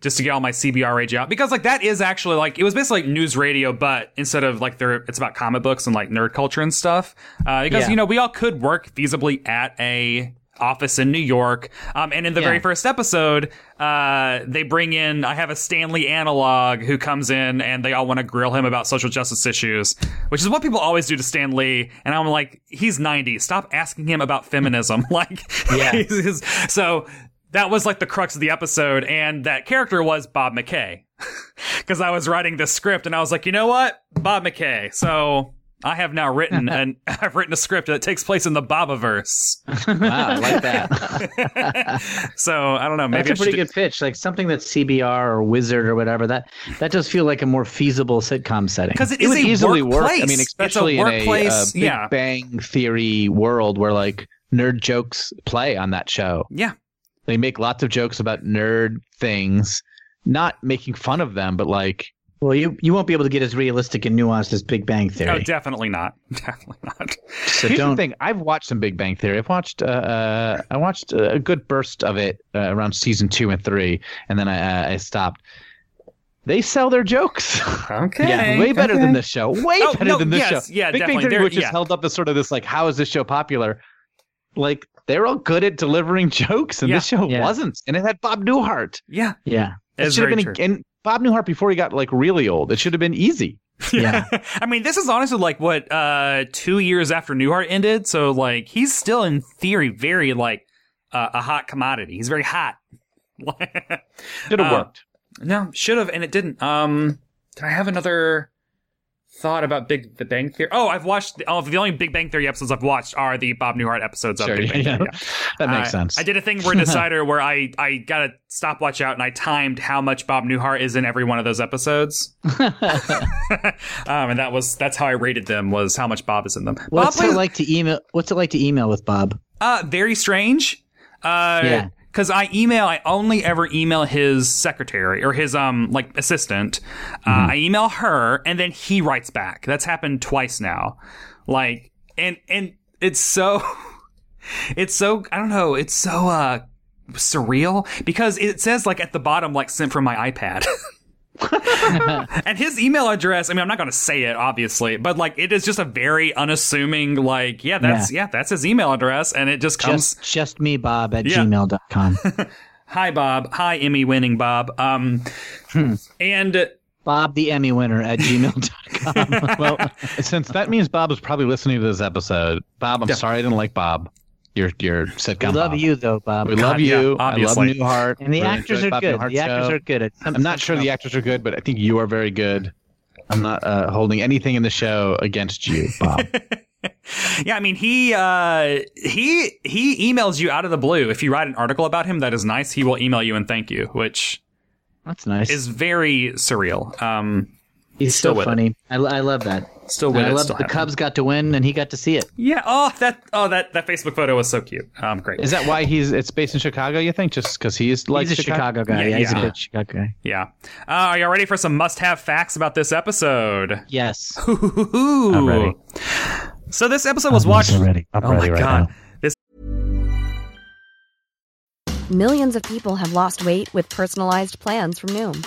[SPEAKER 1] just to get all my CBR rage out. Because like that is actually like it was basically like news radio, but instead of like there, it's about comic books and like nerd culture and stuff. Uh, because
[SPEAKER 3] Yeah.
[SPEAKER 1] you know we all could work feasibly at a office in New York. Um, and in the very first episode, uh, they bring in I have a Stanley analog who comes in and they all want to grill him about social justice issues, which is what people always do to Stan Lee. And I'm like, he's 90. Stop asking him about feminism. like, yeah. so that was like the crux of the episode, and that character was Bob McKay. Because I was writing this script and I was like, you know what, Bob McKay. So I have now written an I've written a script that takes place in the Bobaverse.
[SPEAKER 2] Wow, I like that.
[SPEAKER 1] So I don't know. Maybe
[SPEAKER 3] That's a
[SPEAKER 1] I should
[SPEAKER 3] pretty good pitch. Like something that's CBR or Wizard or whatever. That that does feel like a more feasible sitcom setting.
[SPEAKER 1] because it
[SPEAKER 2] it
[SPEAKER 1] is
[SPEAKER 2] would
[SPEAKER 1] a
[SPEAKER 2] easily
[SPEAKER 1] workplace.
[SPEAKER 2] work. I mean, especially
[SPEAKER 1] it's a
[SPEAKER 2] in a
[SPEAKER 1] workplace.
[SPEAKER 2] uh, Big
[SPEAKER 1] yeah,
[SPEAKER 2] Bang Theory world where like nerd jokes play on that show.
[SPEAKER 1] yeah,
[SPEAKER 2] They make lots of jokes about nerd things, not making fun of them, but like
[SPEAKER 3] Well, you you won't be able to get as realistic and nuanced as Big Bang Theory.
[SPEAKER 1] Oh, definitely not. Definitely not.
[SPEAKER 3] so
[SPEAKER 2] here's
[SPEAKER 3] don't.
[SPEAKER 2] the thing. I've watched some Big Bang Theory. I've watched uh, uh, I watched a good burst of it uh, around season two and three, and then I, uh, I stopped. They sell their jokes.
[SPEAKER 1] Okay.
[SPEAKER 2] Yeah, way better than this show. Way
[SPEAKER 1] Oh,
[SPEAKER 2] better
[SPEAKER 1] no,
[SPEAKER 2] than this
[SPEAKER 1] yes,
[SPEAKER 2] show.
[SPEAKER 1] yeah,
[SPEAKER 2] Big
[SPEAKER 1] definitely.
[SPEAKER 2] Bang Theory,
[SPEAKER 1] They're-
[SPEAKER 2] which
[SPEAKER 1] yeah.
[SPEAKER 2] is held up as sort of this like, how is this show popular? Like they're all good at delivering jokes, and this show
[SPEAKER 3] Yeah.
[SPEAKER 2] wasn't. And it had Bob Newhart.
[SPEAKER 1] Yeah,
[SPEAKER 3] Yeah.
[SPEAKER 2] It
[SPEAKER 1] it's
[SPEAKER 2] should
[SPEAKER 1] very
[SPEAKER 2] have
[SPEAKER 1] true.
[SPEAKER 2] been and Bob Newhart before he got like really old. It should have been easy.
[SPEAKER 3] Yeah.
[SPEAKER 1] I mean, this is honestly like what uh two years after Newhart ended, so like he's still in theory very like uh, a hot commodity. He's very hot.
[SPEAKER 2] Should have
[SPEAKER 1] Uh,
[SPEAKER 2] worked.
[SPEAKER 1] no, should have, and it didn't. Um, did I have another thought about Big The Bang Theory. Oh, I've watched the, oh, the only Big Bang Theory episodes I've watched are the Bob Newhart episodes of
[SPEAKER 2] Sure,
[SPEAKER 1] Big Bang
[SPEAKER 2] yeah.
[SPEAKER 1] Theory. yeah.
[SPEAKER 2] That makes
[SPEAKER 1] Uh,
[SPEAKER 2] sense.
[SPEAKER 1] I did a thing where Decider where I, I got a stopwatch out and I timed how much Bob Newhart is in every one of those episodes. um, and that was that's how I rated them was how much Bob is in them.
[SPEAKER 3] What's
[SPEAKER 1] Bob,
[SPEAKER 3] it like to email? What's it like to email with Bob?
[SPEAKER 1] uh, very strange. Uh,
[SPEAKER 3] Yeah.
[SPEAKER 1] Cause I email, I only ever email his secretary or his um like assistant.
[SPEAKER 3] Mm-hmm.
[SPEAKER 1] Uh, I email her, and then he writes back. That's happened twice now. Like, and and it's so, it's so I don't know, it's so uh surreal because it says like at the bottom like sent from my iPad. and his email address, I mean, I'm not going to say it, obviously, but like it is just a very unassuming, like, yeah, that's, yeah, that's his email address. And it just comes,
[SPEAKER 3] Just just me, Bob at
[SPEAKER 1] Yeah.
[SPEAKER 3] gmail.com.
[SPEAKER 1] hi, Bob. Hi, Emmy winning Bob. Um,
[SPEAKER 2] Hmm.
[SPEAKER 1] and
[SPEAKER 3] Bob the Emmy winner at gmail.com.
[SPEAKER 2] well, since that means Bob is probably listening to this episode, Bob, I'm sorry I didn't like Bob. Your your
[SPEAKER 3] we
[SPEAKER 2] sitcom.
[SPEAKER 3] love
[SPEAKER 2] Bob.
[SPEAKER 3] you though, Bob.
[SPEAKER 2] We love you.
[SPEAKER 1] yeah, obviously.
[SPEAKER 2] I love Newhart.
[SPEAKER 3] and the
[SPEAKER 2] Really
[SPEAKER 3] actors
[SPEAKER 2] enjoyed
[SPEAKER 3] are
[SPEAKER 2] Bob
[SPEAKER 3] good.
[SPEAKER 2] Newhart's
[SPEAKER 3] The actors
[SPEAKER 2] show.
[SPEAKER 3] are good. At some
[SPEAKER 2] I'm not sure the actors are good, but I think you are very good. I'm not uh, holding anything in the show against you, Bob.
[SPEAKER 1] yeah, I mean, he, uh, he, he emails you out of the blue. If you write an article about him that is nice, he will email you and thank you, which
[SPEAKER 3] That's nice.
[SPEAKER 1] is very surreal. Um,
[SPEAKER 3] He's
[SPEAKER 1] still
[SPEAKER 3] so
[SPEAKER 1] with it.
[SPEAKER 3] funny. I, I love that.
[SPEAKER 1] still
[SPEAKER 3] And
[SPEAKER 1] with
[SPEAKER 3] I
[SPEAKER 1] it,
[SPEAKER 3] love
[SPEAKER 1] still
[SPEAKER 3] that the
[SPEAKER 1] happening.
[SPEAKER 3] Cubs got to win and he got to see it.
[SPEAKER 1] Yeah. Oh, that, oh, that, that Facebook photo was so cute. Um, great.
[SPEAKER 2] Is that why he's? It's based in Chicago. You think just because he's like
[SPEAKER 3] he's a Chicago, guy.
[SPEAKER 1] Yeah,
[SPEAKER 3] Yeah, he's
[SPEAKER 1] yeah.
[SPEAKER 3] a good Chicago guy.
[SPEAKER 1] Yeah. Uh, are y'all ready for some must-have facts about this episode?
[SPEAKER 3] Yes.
[SPEAKER 1] I'm
[SPEAKER 2] ready.
[SPEAKER 1] So this episode was watched.
[SPEAKER 2] ready. I'm
[SPEAKER 1] oh
[SPEAKER 2] ready
[SPEAKER 1] my
[SPEAKER 2] right
[SPEAKER 1] god!
[SPEAKER 2] now.
[SPEAKER 1] This
[SPEAKER 4] Millions of people have lost weight with personalized plans from Noom,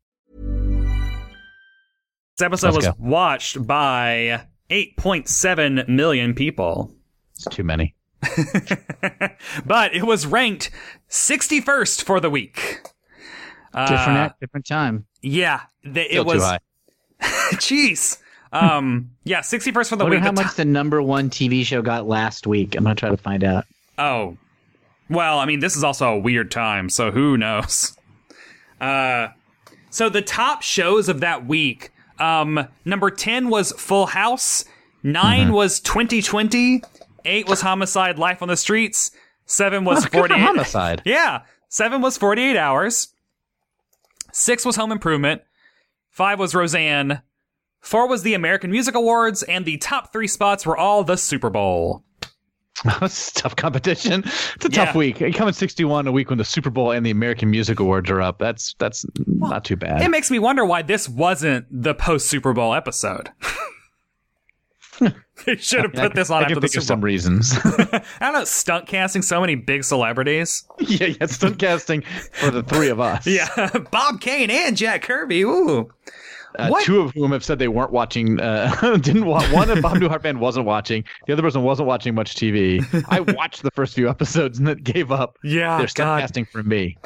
[SPEAKER 1] episode
[SPEAKER 2] Let's
[SPEAKER 1] was
[SPEAKER 2] go.
[SPEAKER 1] watched by 8.7 million people,
[SPEAKER 2] It's too many.
[SPEAKER 1] but it was ranked 61st for the week. Uh,
[SPEAKER 3] different act, different time.
[SPEAKER 1] Yeah, th-
[SPEAKER 2] Still
[SPEAKER 1] it was.
[SPEAKER 2] too high.
[SPEAKER 1] Jeez. Um, yeah, 61st for the
[SPEAKER 3] I wonder
[SPEAKER 1] week.
[SPEAKER 3] how
[SPEAKER 1] The
[SPEAKER 3] much the number one TV show got last week. I'm gonna try to find out.
[SPEAKER 1] Oh. Well, I mean, this is also a weird time, so who knows? Uh, so the top shows of that week um, number 10 was Full House, 9
[SPEAKER 2] Mm-hmm.
[SPEAKER 1] was 2020, 8 was Homicide Life on the Streets, 7 was
[SPEAKER 2] Good for
[SPEAKER 1] 48.
[SPEAKER 2] homicide.
[SPEAKER 1] Yeah. Seven was 48 hours. Six was Home Improvement. Five was Roseanne. Four was the American Music Awards. And the top three spots were all the Super Bowl.
[SPEAKER 2] That's tough competition. It's a
[SPEAKER 1] Yeah.
[SPEAKER 2] tough week. You come at 61 a week when the Super Bowl and the American Music Awards are up. That's that's not too bad.
[SPEAKER 1] It makes me wonder why this wasn't the post Super Bowl episode. they should have put this on
[SPEAKER 2] I can
[SPEAKER 1] after the
[SPEAKER 2] think of
[SPEAKER 1] Super
[SPEAKER 2] some
[SPEAKER 1] Bowl.
[SPEAKER 2] reasons.
[SPEAKER 1] I don't know, stunt casting so many big celebrities.
[SPEAKER 2] yeah, yeah, stunt casting for the three of us.
[SPEAKER 1] Yeah, Bob Kane and Jack Kirby. Ooh.
[SPEAKER 2] Uh,
[SPEAKER 1] What?
[SPEAKER 2] Two of whom have said they weren't watching, uh, didn't want one. A Bob Newhart fan wasn't watching. The other person wasn't watching much TV. I watched the first few episodes and it gave up.
[SPEAKER 1] Yeah,
[SPEAKER 2] They're stunt
[SPEAKER 1] Ah, God.
[SPEAKER 2] casting for me.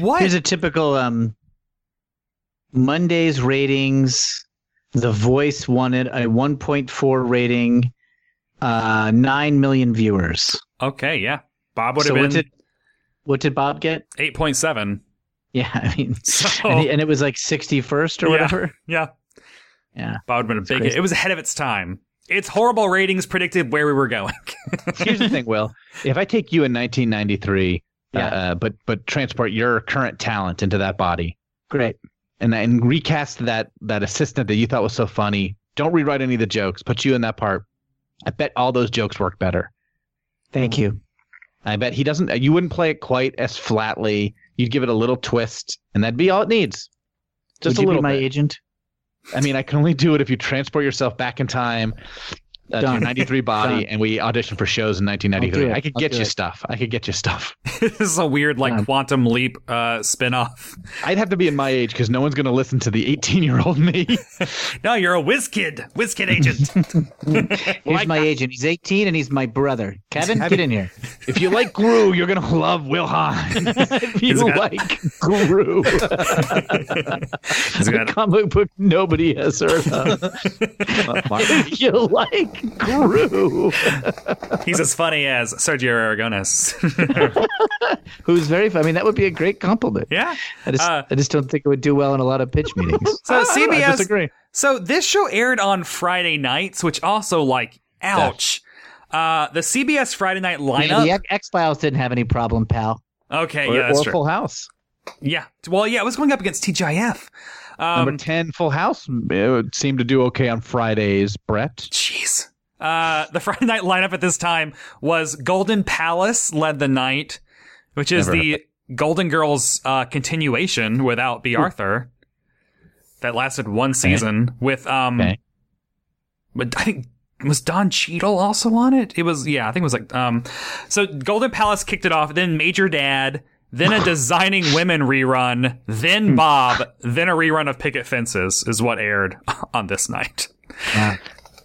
[SPEAKER 1] What?
[SPEAKER 3] Here's a typical um, Monday's ratings. The Voice wanted a 1.4 rating, uh, nine million viewers.
[SPEAKER 1] okay, yeah. Bob would have
[SPEAKER 3] So
[SPEAKER 1] been
[SPEAKER 3] what did what did Bob get?
[SPEAKER 1] 8.7.
[SPEAKER 3] Yeah, I mean,
[SPEAKER 1] So-
[SPEAKER 3] and, he- and it was like 61st or
[SPEAKER 1] Oh. Yeah.
[SPEAKER 3] whatever.
[SPEAKER 1] Yeah.
[SPEAKER 3] Yeah.
[SPEAKER 1] Bob would have been a big.
[SPEAKER 3] crazy.
[SPEAKER 1] It was ahead of its time. Its horrible ratings predicted where we were going.
[SPEAKER 2] Here's the thing, Will. If I take you in 1993,
[SPEAKER 3] Yeah.
[SPEAKER 2] uh, uh, but but transport your current talent into that body
[SPEAKER 3] Great.
[SPEAKER 2] and and recast that that assistant that you thought was so funny, don't rewrite any of the jokes. Put you in that part. I bet all those jokes work better.
[SPEAKER 3] Thank you.
[SPEAKER 2] I bet he doesn't. You wouldn't play it quite as flatly. You'd give it a little twist, and that'd be all it needs. Just
[SPEAKER 3] Would
[SPEAKER 2] a
[SPEAKER 3] you
[SPEAKER 2] little.
[SPEAKER 3] be my
[SPEAKER 2] bit.
[SPEAKER 3] agent?
[SPEAKER 2] I mean, I can only do it if you transport yourself back in time uh, to
[SPEAKER 3] Done.
[SPEAKER 2] your 93 body
[SPEAKER 3] Done.
[SPEAKER 2] and we audition for shows in
[SPEAKER 3] I'll
[SPEAKER 2] 1993.
[SPEAKER 3] do it.
[SPEAKER 2] I could
[SPEAKER 3] I'll
[SPEAKER 2] get
[SPEAKER 3] do
[SPEAKER 2] you
[SPEAKER 3] it.
[SPEAKER 2] stuff. I could get you stuff.
[SPEAKER 1] this is a weird like
[SPEAKER 3] Yeah.
[SPEAKER 1] quantum leap uh spin-off.
[SPEAKER 2] I'd have to be in my age because no one's going to listen to the 18 year old me.
[SPEAKER 1] No, you're a whiz kid. Whiz kid agent.
[SPEAKER 3] Here's my agent. He's 18 and he's my brother. Kevin, get in here.
[SPEAKER 2] if you like Gru, you're going to love Will Hahn. if you
[SPEAKER 1] He's got-
[SPEAKER 2] like Gru,
[SPEAKER 1] He's
[SPEAKER 2] the
[SPEAKER 1] got-
[SPEAKER 2] comic book nobody has heard of. if you like Gru,
[SPEAKER 1] He's as funny as Sergio Aragones.
[SPEAKER 3] Who's very, I mean, that would be a great compliment.
[SPEAKER 1] yeah.
[SPEAKER 3] I just,
[SPEAKER 1] Uh,
[SPEAKER 3] I just don't think it would do well in a lot of pitch meetings.
[SPEAKER 1] So CBS.
[SPEAKER 2] disagree.
[SPEAKER 1] So this show aired on Friday nights, which also like, ouch. Uh, the CBS Friday night lineup.
[SPEAKER 3] the X Files didn't have any problem, pal.
[SPEAKER 1] Okay,
[SPEAKER 2] or,
[SPEAKER 1] yeah, that's
[SPEAKER 2] or
[SPEAKER 1] true.
[SPEAKER 2] Full House.
[SPEAKER 1] Yeah. Well, yeah, it was going up against TGIF.
[SPEAKER 2] Number
[SPEAKER 1] Um,
[SPEAKER 2] 10, Full House it would seem to do okay on Fridays, Brett.
[SPEAKER 1] jeez. Uh, the Friday night lineup at this time was Golden Palace led the night, which is
[SPEAKER 2] Never
[SPEAKER 1] the Golden Girls uh, continuation without B. Arthur that lasted one season with um,
[SPEAKER 2] Okay.
[SPEAKER 1] but I think was Don Cheadle also on it? It was yeah, I think it was like um so Golden Palace kicked it off, then Major Dad, then a Designing Women rerun,
[SPEAKER 2] Hmm.
[SPEAKER 1] then Bob, then a rerun of Picket Fences is what aired on this night.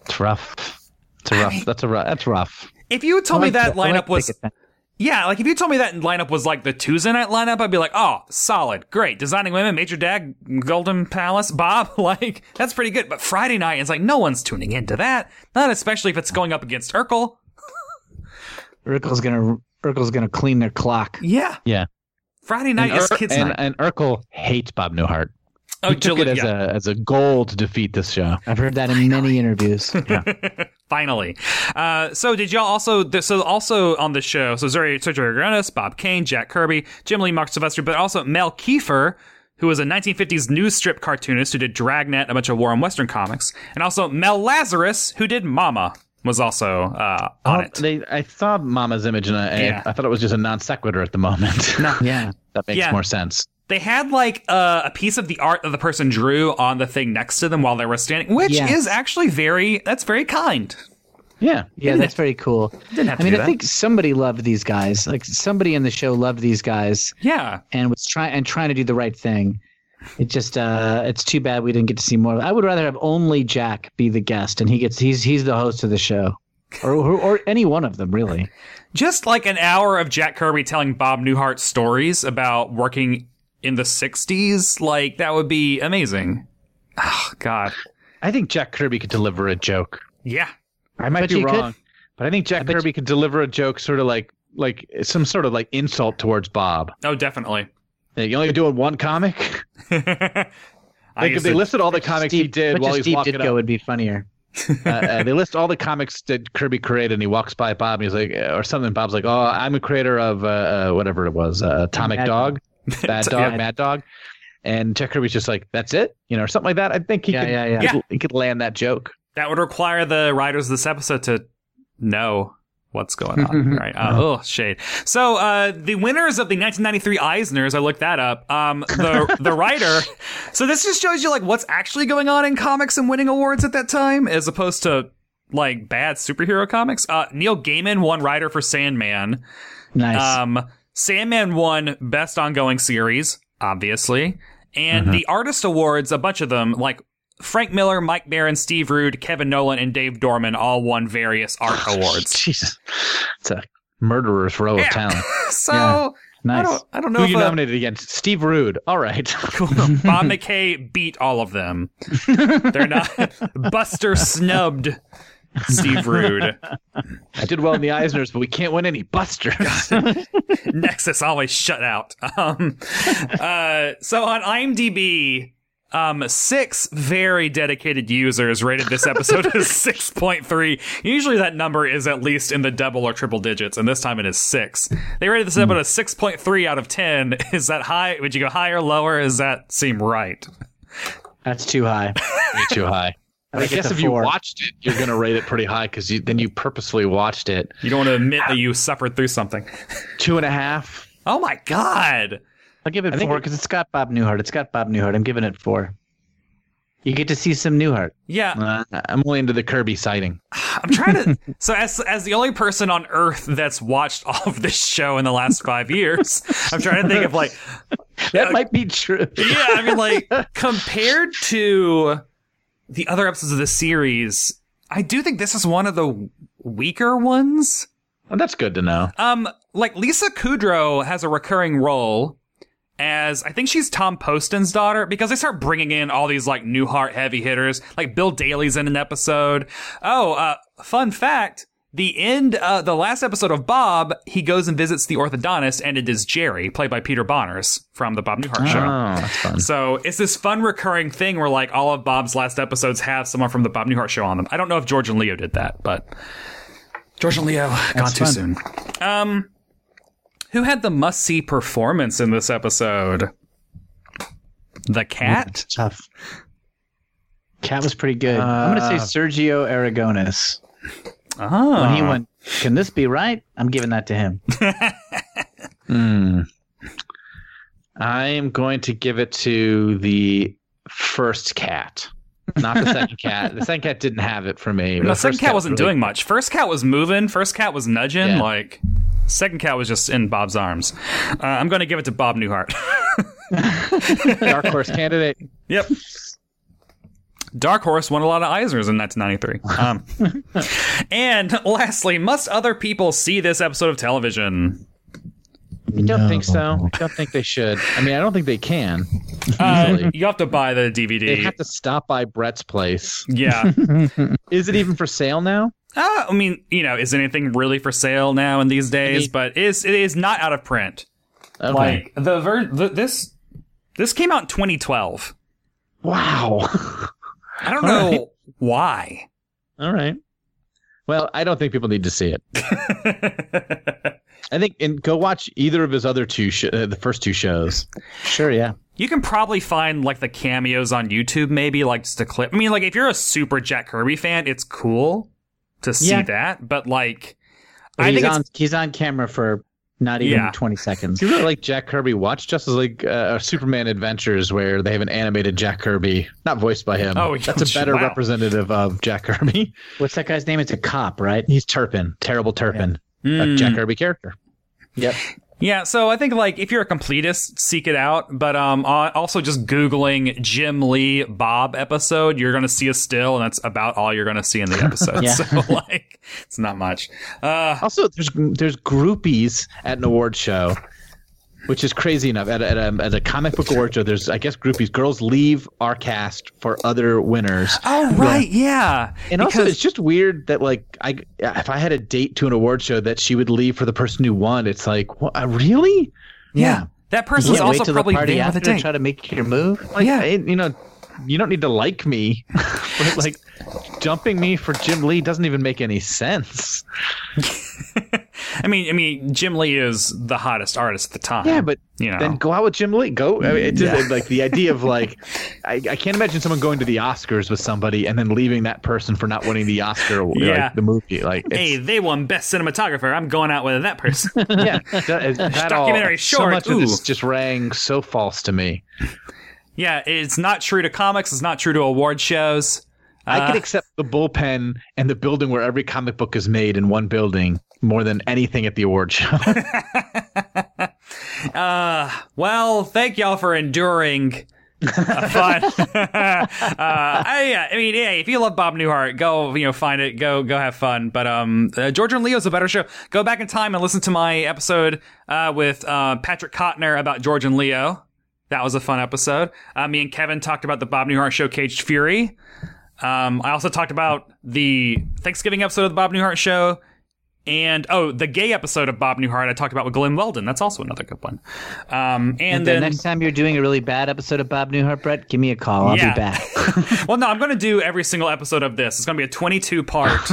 [SPEAKER 2] It's rough. It's a rough. That's a rough. That's rough.
[SPEAKER 1] If you told me
[SPEAKER 3] like
[SPEAKER 1] that
[SPEAKER 3] the- I
[SPEAKER 1] lineup
[SPEAKER 3] like
[SPEAKER 1] was
[SPEAKER 3] Picket Fence.
[SPEAKER 1] yeah, like if you told me that lineup was like the Tuesday night lineup, I'd be like, oh, solid, great. Designing Women, Major Dad, Golden Palace, Bob, like that's pretty good. But Friday night, it's like no one's tuning into that, not especially if it's going up against Urkel.
[SPEAKER 3] Urkel's gonna Urkel's gonna clean their clock.
[SPEAKER 1] Yeah.
[SPEAKER 2] Yeah.
[SPEAKER 1] Friday night is kids
[SPEAKER 2] and,
[SPEAKER 1] night.
[SPEAKER 2] and Urkel hates Bob Newhart.
[SPEAKER 1] Oh,
[SPEAKER 2] He took it
[SPEAKER 1] Julia-
[SPEAKER 2] as
[SPEAKER 1] yeah,
[SPEAKER 2] a as a goal to defeat this show.
[SPEAKER 3] I've heard that in many interviews.
[SPEAKER 1] finally. Uh, so did y'all also? th- So also on the show, so Zuri Sergio Aragonis, Bob Kane, Jack Kirby, Jim Lee, Mark Sylvester, but also Mel Kiefer, who was a 1950s news strip cartoonist who did Dragnet, a bunch of war and western comics, and also Mel Lazarus, who did Mama, was also uh,
[SPEAKER 3] Oh.
[SPEAKER 1] on it.
[SPEAKER 2] They, I saw Mama's image, and I,
[SPEAKER 1] Yeah.
[SPEAKER 2] I thought it was just a non sequitur at the moment.
[SPEAKER 3] yeah.
[SPEAKER 2] that makes
[SPEAKER 1] Yeah.
[SPEAKER 2] more sense.
[SPEAKER 1] They had like a, a piece of the art that the person drew on the thing next to them while they were standing, which
[SPEAKER 3] Yes.
[SPEAKER 1] is actually very that's very kind.
[SPEAKER 2] Yeah,
[SPEAKER 3] Yeah, that's very cool.
[SPEAKER 1] Didn't have to
[SPEAKER 3] I mean,
[SPEAKER 1] do
[SPEAKER 3] I
[SPEAKER 1] that.
[SPEAKER 3] think somebody loved these guys. Like somebody in the show loved these guys
[SPEAKER 1] Yeah.
[SPEAKER 3] and was trying and trying to do the right thing. It just uh it's too bad we didn't get to see more. I would rather have only Jack be the guest and he gets he's he's the host of the show. Or or, or any one of them really.
[SPEAKER 1] just like an hour of Jack Kirby telling Bob Newhart stories about working in the 60s, like that would be amazing. Oh, God.
[SPEAKER 2] I think Jack Kirby could deliver a joke.
[SPEAKER 1] Yeah.
[SPEAKER 2] I might
[SPEAKER 3] bet
[SPEAKER 2] be
[SPEAKER 3] you could.
[SPEAKER 2] wrong, but I think Jack Kirby could deliver a joke, sort of like like some sort of like insult towards Bob.
[SPEAKER 1] Oh, definitely.
[SPEAKER 2] Like, You only doing one comic.
[SPEAKER 1] I
[SPEAKER 2] Like if
[SPEAKER 1] used
[SPEAKER 2] they
[SPEAKER 1] to-
[SPEAKER 2] listed all the comics he did
[SPEAKER 3] Much
[SPEAKER 2] while
[SPEAKER 3] as
[SPEAKER 2] he's
[SPEAKER 3] Steve
[SPEAKER 2] walking
[SPEAKER 3] Ditko
[SPEAKER 2] up.
[SPEAKER 3] would be funnier.
[SPEAKER 2] uh, uh, they list all the comics that Kirby created, and he walks by Bob, and he's like, or something. Bob's like, "Oh, I'm a creator of uh, uh, whatever it was, uh, Atomic
[SPEAKER 3] Mad
[SPEAKER 2] Dog, Bad Dog,
[SPEAKER 3] Mad-
[SPEAKER 2] Mad Dog," and Jack Kirby's just like, "That's it," you know, or something like that. I think he
[SPEAKER 3] Yeah,
[SPEAKER 2] could,
[SPEAKER 3] yeah, yeah.
[SPEAKER 2] He, could, he could land that joke.
[SPEAKER 1] that would require the writers of this episode to know what's going on, right? Uh, oh, shade. So uh, the winners of the 1993 Eisners, I looked that up. Um, the the writer. So this just shows you like what's actually going on in comics and winning awards at that time, as opposed to like bad superhero comics. Uh, Neil Gaiman won writer for Sandman.
[SPEAKER 3] Nice.
[SPEAKER 1] Um, Sandman won Best Ongoing Series, obviously, and the Artist Awards, a bunch of them, like Frank Miller, Mike Barron, Steve Rude, Kevin Nolan, and Dave Dorman, all won various art awards.
[SPEAKER 2] Jesus, it's a murderer's row
[SPEAKER 1] Yeah.
[SPEAKER 2] of talent.
[SPEAKER 1] So
[SPEAKER 3] Yeah.
[SPEAKER 1] I
[SPEAKER 3] nice.
[SPEAKER 1] don't, I don't know
[SPEAKER 2] Who
[SPEAKER 1] if
[SPEAKER 2] you
[SPEAKER 1] uh,
[SPEAKER 2] nominated against? Steve Rude. All right,
[SPEAKER 1] Bob McKay beat all of them. They're not. Buster snubbed Steve Rude.
[SPEAKER 2] I did well in the Eisners, but we can't win any Busters.
[SPEAKER 1] Nexus always shut out. Um, uh, so on IMDb, um, six very dedicated users rated this episode as 6.3. Usually that number is at least in the double or triple digits, and this time it is six. They rated this episode as 6.3 out of 10. Is that high? Would you go higher, lower? Does that seem right?
[SPEAKER 3] That's too high.
[SPEAKER 2] Way too high. I,
[SPEAKER 3] like it
[SPEAKER 2] guess
[SPEAKER 3] to
[SPEAKER 2] if you
[SPEAKER 3] four.
[SPEAKER 2] watched it, you're going to rate it pretty high because you, then you purposefully watched it.
[SPEAKER 1] You don't want to admit that you suffered through something.
[SPEAKER 2] Two and a half.
[SPEAKER 1] Oh my god.
[SPEAKER 3] I'll give it
[SPEAKER 2] I think
[SPEAKER 3] four
[SPEAKER 2] it-
[SPEAKER 3] because it's got Bob Newhart. It's got Bob Newhart. I'm giving it four. You get to see some Newhart.
[SPEAKER 1] Yeah,
[SPEAKER 2] Uh, I'm only into the Kirby sighting.
[SPEAKER 1] I'm trying to. so as as the only person on Earth that's watched all of this show in the last five years, I'm trying to think of like,
[SPEAKER 3] That might be true.
[SPEAKER 1] yeah, I mean, like compared to the other episodes of the series, I do think this is one of the weaker ones.
[SPEAKER 2] Well, that's good to know.
[SPEAKER 1] Um, like Lisa Kudrow has a recurring role as I think she's Tom Poston's daughter because they start bringing in all these like new heart heavy hitters. Like Bill Daly's in an episode. Oh, uh, fun fact. The end, uh, the last episode of Bob, he goes and visits the orthodontist, and it is Jerry, played by Peter Bonners from the Bob Newhart Show.
[SPEAKER 2] Oh, that's fun.
[SPEAKER 1] So it's this fun recurring thing where like all of Bob's last episodes have someone from the Bob Newhart show on them. I don't know if George and Leo did that, but George and Leo gone too
[SPEAKER 3] fun.
[SPEAKER 1] soon. Um, who had the must see performance in this episode? The cat.
[SPEAKER 3] Tough. Cat was pretty good. I'm going to
[SPEAKER 2] Uh,
[SPEAKER 3] say Sergio Aragonis.
[SPEAKER 1] Oh,
[SPEAKER 3] When he went, can this be right? I'm giving that to him.
[SPEAKER 2] Hmm. I am going to give it to the first cat, not the second cat. The second cat didn't have it for me. but
[SPEAKER 1] no,
[SPEAKER 2] the
[SPEAKER 1] second
[SPEAKER 2] first
[SPEAKER 1] cat wasn't
[SPEAKER 2] really-
[SPEAKER 1] doing much. First cat was moving. First cat was nudging.
[SPEAKER 2] Yeah.
[SPEAKER 1] Like second cat was just in Bob's arms. Uh, I'm going to give it to Bob Newhart.
[SPEAKER 2] Dark horse candidate.
[SPEAKER 1] Yep. Dark Horse won a lot of Eisners in 1993. Um, and lastly, must other people see this episode of television?
[SPEAKER 2] I don't think so. I don't think they should. I mean, I don't think they can.
[SPEAKER 1] Uh,
[SPEAKER 2] Easily.
[SPEAKER 1] you have to buy the
[SPEAKER 2] They
[SPEAKER 1] DVD.
[SPEAKER 2] have to stop by Brett's place.
[SPEAKER 1] yeah.
[SPEAKER 2] Is it even for sale now?
[SPEAKER 1] Uh, I mean, you know, is anything really for sale now in these days?
[SPEAKER 2] mean-
[SPEAKER 1] but it is it is not out of print.
[SPEAKER 2] Okay.
[SPEAKER 1] Like the, ver- the this this came out in 2012.
[SPEAKER 2] wow.
[SPEAKER 1] I don't know why.
[SPEAKER 2] All right. Well, I don't think people need to see it. I think and go watch either of his other two, sh- uh, the first two shows.
[SPEAKER 3] Sure, yeah.
[SPEAKER 1] You can probably find like the cameos on YouTube, maybe like just a clip. I mean, like if you're a super Jack Kirby fan, it's cool to see
[SPEAKER 3] Yeah.
[SPEAKER 1] that. But like,
[SPEAKER 3] But
[SPEAKER 1] I
[SPEAKER 3] he's
[SPEAKER 1] think
[SPEAKER 3] on.
[SPEAKER 1] it's
[SPEAKER 3] He's on camera for not even
[SPEAKER 1] Yeah.
[SPEAKER 3] 20 seconds.
[SPEAKER 2] If you really like Jack Kirby, watch Justice League uh, Superman Adventures, where they have an animated Jack Kirby, not voiced by him.
[SPEAKER 1] Oh,
[SPEAKER 2] that's a better
[SPEAKER 1] wow.
[SPEAKER 2] representative of Jack Kirby.
[SPEAKER 3] What's that guy's name? It's a cop, right?
[SPEAKER 2] He's Turpin, terrible Turpin, a
[SPEAKER 1] Hmm.
[SPEAKER 2] Jack Kirby character.
[SPEAKER 3] Yep.
[SPEAKER 1] yeah. So I think like if you're a completist, seek it out. But um, uh, also just googling Jim Lee Bob episode, you're gonna see a still, and that's about all you're gonna see in the episode.
[SPEAKER 3] Yeah.
[SPEAKER 1] So like, it's not much. Uh,
[SPEAKER 2] Also, there's there's groupies at an award show, which is crazy enough. At a, at a, at a comic book award show, there's I guess groupies. Girls leave our cast for other winners.
[SPEAKER 1] oh right, yeah.
[SPEAKER 2] And also, it's just weird that like I if I had a date to an award show that she would leave for the person who won. It's like what, uh, really?
[SPEAKER 1] yeah. That person was
[SPEAKER 3] Can't wait
[SPEAKER 1] also
[SPEAKER 3] till the
[SPEAKER 1] probably
[SPEAKER 3] party
[SPEAKER 1] there with
[SPEAKER 3] after
[SPEAKER 1] a
[SPEAKER 3] to
[SPEAKER 1] date.
[SPEAKER 3] try to make your move.
[SPEAKER 2] Like,
[SPEAKER 1] Yeah.
[SPEAKER 2] I- you know, you don't need to like me. but, like dumping me for Jim Lee doesn't even make any sense.
[SPEAKER 1] I mean, I mean, Jim Lee is the hottest artist at the time.
[SPEAKER 2] Yeah, but
[SPEAKER 1] you know,
[SPEAKER 2] then go out with Jim Lee. Go. I mean, it just like the idea of like, I, I can't imagine someone going to the Oscars with somebody and then leaving that person for not winning the Oscar.
[SPEAKER 1] Yeah.
[SPEAKER 2] like, the movie. Like,
[SPEAKER 1] hey,
[SPEAKER 2] it's,
[SPEAKER 1] they won best cinematographer. I'm going out with that person.
[SPEAKER 2] yeah, that, that all-
[SPEAKER 1] Documentary
[SPEAKER 2] So
[SPEAKER 1] short,
[SPEAKER 2] much of this
[SPEAKER 1] ooh.
[SPEAKER 2] just rang so false to me.
[SPEAKER 1] yeah, it's not true to comics. It's not true to award shows. Uh,
[SPEAKER 2] I could accept the bullpen and the building where every comic book is made in one building more than anything at the award show.
[SPEAKER 1] Uh, well, thank y'all for enduring. uh, fun. uh, I, yeah, I mean, yeah, if you love Bob Newhart, go, you know, find it, go, go have fun. But, um, uh, Georgia and Leo's a better show. Go back in time and listen to my episode, uh, with, uh, Patrick Cotner about George and Leo. That was a fun episode. Uh, me and Kevin talked about the Bob Newhart show, Caged Fury. Um, I also talked about the Thanksgiving episode of the Bob Newhart show. And oh, the gay episode of Bob Newhart I talked about with Glenn Weldon. That's also another good one. Um, and,
[SPEAKER 3] And the
[SPEAKER 1] then
[SPEAKER 3] next time you're doing a really bad episode of Bob Newhart, Brett, give me a call. I'll
[SPEAKER 1] Yeah.
[SPEAKER 3] be back.
[SPEAKER 1] well, no, I'm going to do every single episode of this. It's going to be a 22 part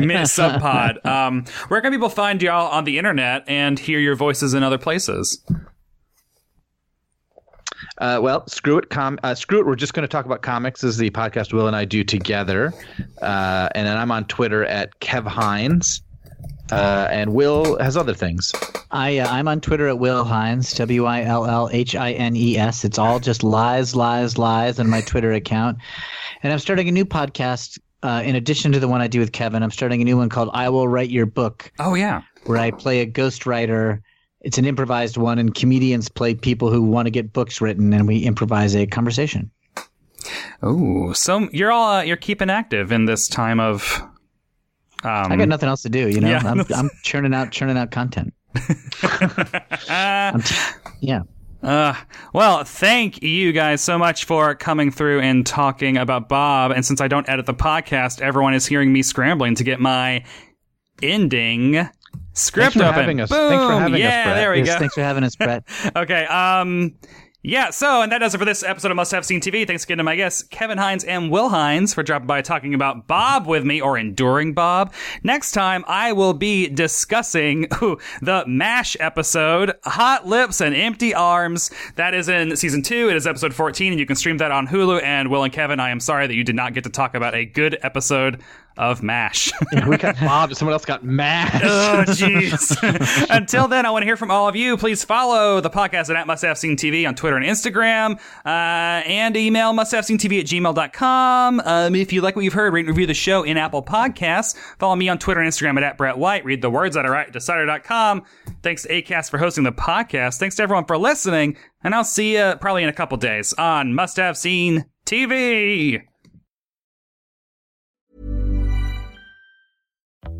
[SPEAKER 1] mini sub pod. Um, where can people find y'all on the internet and hear your voices in other places?
[SPEAKER 2] Uh, well, screw it. Com- uh, screw it. We're just going to talk about comics as the podcast Will and I do together. Uh, and then I'm on Twitter at Kev Hines. Uh, and Will has other things.
[SPEAKER 3] I uh, I'm on Twitter at Will Hines W I L L H I N E S. It's all just lies, lies, lies on my Twitter account, and I'm starting a new podcast. Uh, in addition to the one I do with Kevin, I'm starting a new one called "I Will Write Your Book,"
[SPEAKER 1] Oh yeah.
[SPEAKER 3] where I play a ghostwriter. It's an improvised one, and comedians play people who want to get books written, and we improvise a conversation.
[SPEAKER 1] Oh, so you're all uh, you're keeping active in this time of. Um,
[SPEAKER 3] I got nothing else to do, you know.
[SPEAKER 1] Yeah.
[SPEAKER 3] I'm, I'm churning out, churning out content. I'm t- yeah.
[SPEAKER 1] Uh, well, thank you guys so much for coming through and talking about Bob. And since I don't edit the podcast, everyone is hearing me scrambling to get my ending script
[SPEAKER 2] Thanks for
[SPEAKER 1] up. and
[SPEAKER 2] having us. Thanks for
[SPEAKER 1] boom!
[SPEAKER 2] having us,
[SPEAKER 1] yeah,
[SPEAKER 2] Brett.
[SPEAKER 1] there we
[SPEAKER 3] Yes,
[SPEAKER 1] go.
[SPEAKER 3] thanks for having us, Brett.
[SPEAKER 1] Okay. Um. Yeah. So, and that does it for this episode of Must Have Seen TV. Thanks again to my guests Kevin Hines and Will Hines for dropping by talking about Bob with me or enduring Bob. Next time, I will be discussing ooh, the Mash episode, Hot Lips and Empty Arms. That is in season two. It is episode fourteen, and you can stream that on Hulu. And Will and Kevin, I am sorry that you did not get to talk about a good episode of Mash.
[SPEAKER 2] We got Bob. Someone else got Matt.
[SPEAKER 1] Oh, jeez. Until then, I want to hear from all of you. Please follow the podcast at, at Must Have Seen TV on Twitter and Instagram, uh, and email musthaveseenTV at gmail.com. Um, if you like what you've heard, rate and review the show in Apple Podcasts. Follow me on Twitter and Instagram at, at Brett White. Read the words that are right at decider.com. Thanks to ACAST for hosting the podcast. Thanks to everyone for listening, and I'll see you probably in a couple days on Must Have Seen TV.